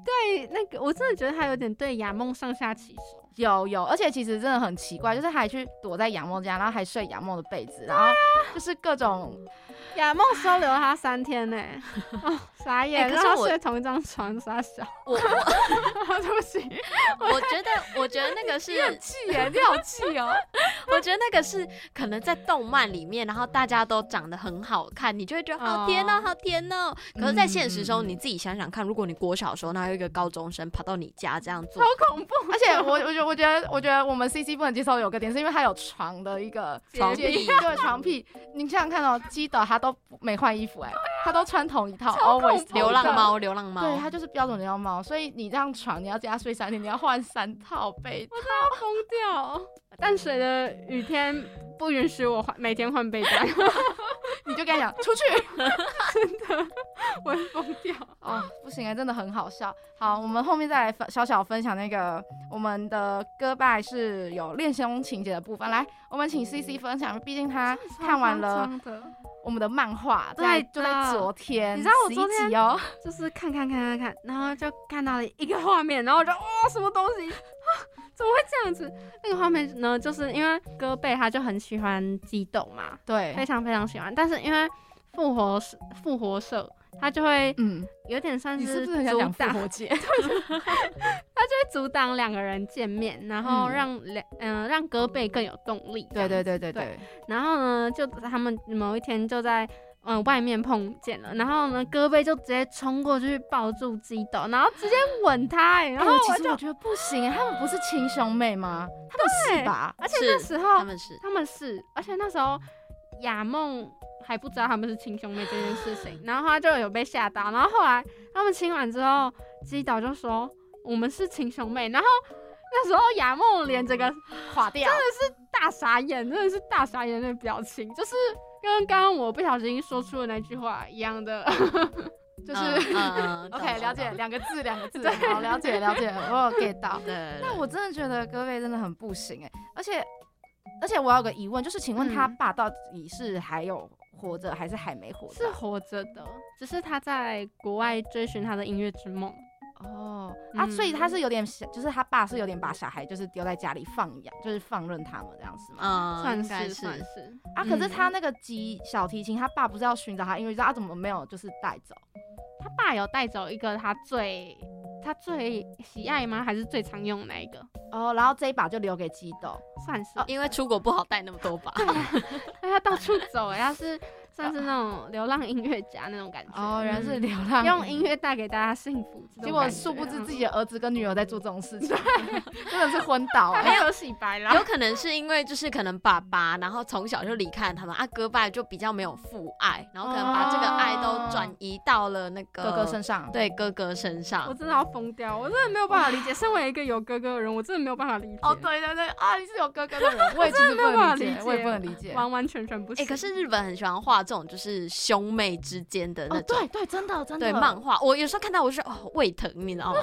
[SPEAKER 3] 对，那个我真的觉得他有点对亚梦上下其手。
[SPEAKER 2] 有有，而且其实真的很奇怪，就是他还去躲在杨梦家，然后还睡杨梦的被子，然后就是各种
[SPEAKER 3] 亚梦收留他三天呢、哦，傻眼，
[SPEAKER 1] 哎可是
[SPEAKER 3] 让他
[SPEAKER 1] 我
[SPEAKER 3] 睡同一张床，傻小。
[SPEAKER 1] 我
[SPEAKER 3] 对不起，
[SPEAKER 1] 我觉得，我觉得那个是
[SPEAKER 2] 气耶，你好气哦。
[SPEAKER 1] 我觉得那个是可能在动漫里面，然后大家都长得很好看，你就会觉得好甜哦，好甜哦。可是，在现实中，
[SPEAKER 2] 嗯嗯嗯
[SPEAKER 1] 你自己想想看，如果你国小的时候，那有一个高中生跑到你家这样做，
[SPEAKER 3] 好恐怖。
[SPEAKER 2] 而且我我觉得我觉得我觉得我们 C C 不能接受有个点，是因为他有床的一个
[SPEAKER 1] 床
[SPEAKER 2] 洁
[SPEAKER 1] 屁
[SPEAKER 2] 对床屁。你想想看哦，基德他都没换衣服哎、他都穿同一套
[SPEAKER 3] 超恐
[SPEAKER 2] ，always
[SPEAKER 3] 怖
[SPEAKER 1] 流浪
[SPEAKER 2] 同一套。
[SPEAKER 1] 猫，流浪猫，
[SPEAKER 2] 对他就是标准流浪猫，所以你让床你要加睡三天，你要换三套被子。
[SPEAKER 3] 疯哦掉。淡水的雨天不允许我换每天换被单，
[SPEAKER 2] 你就跟他讲出去。
[SPEAKER 3] 我会疯掉。
[SPEAKER 2] 哦，不行啊，真的很好笑。好，我们后面再来分小小分享那个我们的歌拜是有恋胸情节的部分。来，我们请 C C 分享，毕竟他啊看完了
[SPEAKER 3] 超夸张的，
[SPEAKER 2] 我们的漫画，
[SPEAKER 3] 对
[SPEAKER 2] 在
[SPEAKER 3] 的
[SPEAKER 2] 就在昨天，
[SPEAKER 3] 你知道我昨
[SPEAKER 2] 11
[SPEAKER 3] 天
[SPEAKER 2] 集哦，
[SPEAKER 3] 就是看看看看看，然后就看到了一个画面，然后我就哇、什么东西啊， 怎么会这样子？那个画面呢，就是因为哥贝他就很喜欢激斗嘛，非
[SPEAKER 2] 对，
[SPEAKER 3] 常非常喜欢，但是因为复活社复活社，他就会
[SPEAKER 2] 嗯，
[SPEAKER 3] 有点算
[SPEAKER 2] 你是不是很想
[SPEAKER 3] 阻
[SPEAKER 2] 讲复
[SPEAKER 3] 挡，
[SPEAKER 2] 活节？
[SPEAKER 3] 阻挡两个人见面，然后
[SPEAKER 2] 嗯
[SPEAKER 3] 让两嗯、让哥贝更有动力。
[SPEAKER 2] 对对
[SPEAKER 3] 对。
[SPEAKER 2] 对对
[SPEAKER 3] 对
[SPEAKER 2] 对，
[SPEAKER 3] 然后呢，就他们某一天就在嗯、外面碰见了，然后呢，哥贝就直接冲过去抱住基斗，然后直接吻他、哎然
[SPEAKER 2] 然
[SPEAKER 3] 后
[SPEAKER 2] 后
[SPEAKER 3] 我
[SPEAKER 2] 嗯其实
[SPEAKER 3] 就
[SPEAKER 2] 我觉得不行哎，他们不是亲兄妹吗？他们是吧？
[SPEAKER 3] 而且那
[SPEAKER 1] 是
[SPEAKER 3] 时
[SPEAKER 1] 他
[SPEAKER 3] 候
[SPEAKER 1] 们是
[SPEAKER 3] 他们是，而且那时候雅梦还不知道他们是亲兄妹这件事情，
[SPEAKER 2] 嗯
[SPEAKER 3] 然后他就有被吓到，然后后来他们亲完之后，基岛就说我们是亲兄妹，然后那时候雅梦连这个
[SPEAKER 2] 垮掉，
[SPEAKER 3] 大傻眼，真的是大傻眼的表情，就是跟刚刚我不小心说出的那句话一样的，
[SPEAKER 2] 就
[SPEAKER 1] 嗯
[SPEAKER 2] 是。
[SPEAKER 1] 嗯嗯懂
[SPEAKER 2] OK，
[SPEAKER 1] 懂
[SPEAKER 2] 了解，
[SPEAKER 1] 懂
[SPEAKER 2] 两个字，两个字，好，了解，了解，我有 get 到。
[SPEAKER 1] 对，
[SPEAKER 2] 那我真的觉得戈贝真的很不行哎、而且而且我有个疑问，就是请问他
[SPEAKER 3] 嗯
[SPEAKER 2] 爸到底是还有活着，还是还没活着
[SPEAKER 3] 是
[SPEAKER 2] 啊？
[SPEAKER 3] 活着的，只是他在国外追寻他的音乐之梦。
[SPEAKER 2] 哦啊，所以他
[SPEAKER 3] 嗯
[SPEAKER 2] 是有点小，就是他爸是有点把小孩就是丢在家里放养，就是放任他们这样子嘛。
[SPEAKER 1] 嗯，
[SPEAKER 3] 算
[SPEAKER 1] 应该
[SPEAKER 3] 是
[SPEAKER 1] 是
[SPEAKER 3] 算是，
[SPEAKER 2] 啊，可是他
[SPEAKER 3] 嗯
[SPEAKER 2] 那个吉小提琴，他爸不是要寻找他，因为知道啊他怎么没有就是带走？
[SPEAKER 3] 他爸有带走一个他最他最喜爱吗？还是最常用的那一个？
[SPEAKER 2] 哦，然后这一把就留给基斗。
[SPEAKER 3] 算
[SPEAKER 2] 哦
[SPEAKER 3] 是，
[SPEAKER 1] 因为出国不好带那么多吧。
[SPEAKER 3] 因为他到处走、 欸，他是算是那种流浪音乐家那种感觉。
[SPEAKER 2] 哦
[SPEAKER 3] 嗯
[SPEAKER 2] 流浪
[SPEAKER 3] 用音乐带给大家幸福，这种
[SPEAKER 2] 结果
[SPEAKER 3] 感觉
[SPEAKER 2] 殊不知
[SPEAKER 3] 嗯
[SPEAKER 2] 自己的儿子跟女儿在做这种事情，真的是昏倒哎、
[SPEAKER 3] 没嗯有洗白啦，
[SPEAKER 1] 有可能是因为就是可能爸爸，然后从小就离开他们啊，哥爸就比较没有父爱，然后可能把这个爱都转移到了那个
[SPEAKER 2] 哥哥身上，
[SPEAKER 1] 对哥哥身
[SPEAKER 3] 我
[SPEAKER 1] 上。
[SPEAKER 3] 真的要疯掉，我真的没有办法
[SPEAKER 1] 哦
[SPEAKER 3] 理解。身为一个有哥哥的人，我真的没有办法理解。
[SPEAKER 2] 哦，，对对对，啊，你是有哥哥的人，我也其实不
[SPEAKER 3] 没有办
[SPEAKER 2] 能
[SPEAKER 3] 法
[SPEAKER 2] 理
[SPEAKER 3] 理
[SPEAKER 2] 解，
[SPEAKER 3] 解
[SPEAKER 2] 我也不能理解。
[SPEAKER 3] 完完全全不
[SPEAKER 1] 哎、
[SPEAKER 3] 行。
[SPEAKER 1] 可是日本很喜欢画这种就是兄妹之间的那
[SPEAKER 2] 哦，
[SPEAKER 1] 种、
[SPEAKER 2] 对对，真的真的，
[SPEAKER 1] 对漫画，我有时候看到我就说哦胃疼，你知 道吗？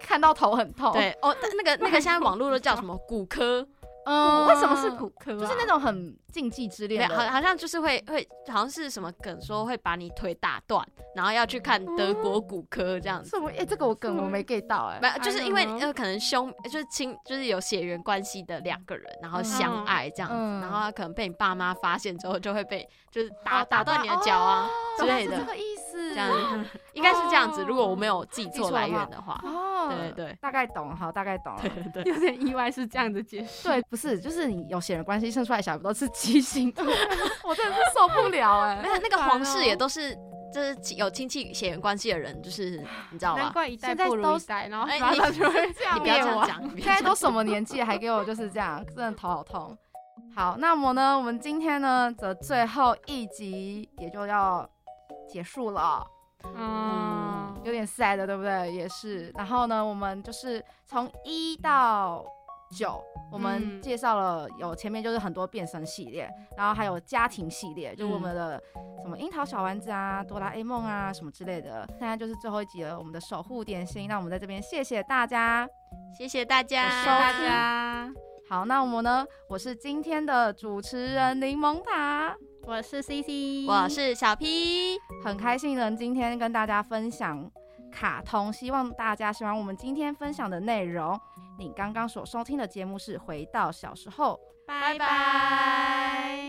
[SPEAKER 2] 看到头很痛。，
[SPEAKER 1] 对哦，但那个 那个现在网络都叫什么骨科，
[SPEAKER 2] 嗯
[SPEAKER 3] 为什么是 骨？科、啊？
[SPEAKER 2] 就是那种很禁忌之
[SPEAKER 1] 对，
[SPEAKER 2] 恋
[SPEAKER 1] 好
[SPEAKER 2] 的，
[SPEAKER 1] 好像就是会会好像是什么梗说会把你腿打断，然后要去看德国骨科这样子。
[SPEAKER 2] 什么？哎，这个我梗我没 get 到哎
[SPEAKER 1] 没。有，就是因为
[SPEAKER 3] I don't know
[SPEAKER 1] 呃，可能兄就是亲，就是有血缘关系的两个人，然后相爱这样子，
[SPEAKER 2] 嗯
[SPEAKER 1] 然后他可能被你爸妈发现之后，就会被就是打、
[SPEAKER 2] 哦
[SPEAKER 1] 打断你的脚啊、之
[SPEAKER 2] 懂
[SPEAKER 1] 类
[SPEAKER 2] 是
[SPEAKER 1] 的
[SPEAKER 2] 这，个意思。
[SPEAKER 1] 这样子应该是这样子。如果我没有记
[SPEAKER 2] 记错
[SPEAKER 1] 错
[SPEAKER 2] 的
[SPEAKER 1] 来
[SPEAKER 2] 话
[SPEAKER 1] 源的话，
[SPEAKER 2] 哦，
[SPEAKER 1] 对对，对
[SPEAKER 2] 大概懂，好，大概懂了。
[SPEAKER 1] 对对，
[SPEAKER 3] 有点意外是这样的解释。
[SPEAKER 2] 对，不是，就是你有血缘关系生出来的小孩不都是畸形？ 我真的是受不了哎
[SPEAKER 1] 没。有那个
[SPEAKER 3] 烦
[SPEAKER 1] 皇
[SPEAKER 3] 哦
[SPEAKER 1] 室也都是就是亲有亲戚血缘关系的人，就是你知道
[SPEAKER 3] 难
[SPEAKER 1] 吧？
[SPEAKER 3] 怪一代
[SPEAKER 2] 现在
[SPEAKER 3] 不如
[SPEAKER 2] 都
[SPEAKER 3] 一代，然后
[SPEAKER 1] 哎
[SPEAKER 3] 抓
[SPEAKER 1] 你
[SPEAKER 3] 到就会
[SPEAKER 1] 你不
[SPEAKER 3] 灭
[SPEAKER 1] 要这样
[SPEAKER 3] 亡。
[SPEAKER 1] 讲，你不要
[SPEAKER 2] 现在
[SPEAKER 1] 这样
[SPEAKER 2] 都什么年纪还给我就是这样，真的头好痛。好，那么呢，我们今天呢的最后一集也就要结束了，
[SPEAKER 3] 嗯，
[SPEAKER 2] 有点 sad 的，对不对？也是。然后呢，我们就是从一到九，我们
[SPEAKER 3] 嗯
[SPEAKER 2] 介绍了有前面就是很多变身系列，然后还有家庭系列，就是我们的什么樱桃小丸子啊、哆啦 A 梦啊什么之类的。现在就是最后一集了，我们的守护点心。那我们在这边谢谢大家。
[SPEAKER 1] 谢谢大家，
[SPEAKER 2] 收
[SPEAKER 3] 大家，
[SPEAKER 2] 好，那我呢？我是今天的主持人柠檬塔，
[SPEAKER 3] 我是 C C，
[SPEAKER 1] 我是小 P，
[SPEAKER 2] 很开心能今天跟大家分享卡通，希望大家喜欢我们今天分享的内容。你刚刚所收听的节目是《回到小时候》，
[SPEAKER 3] 拜拜。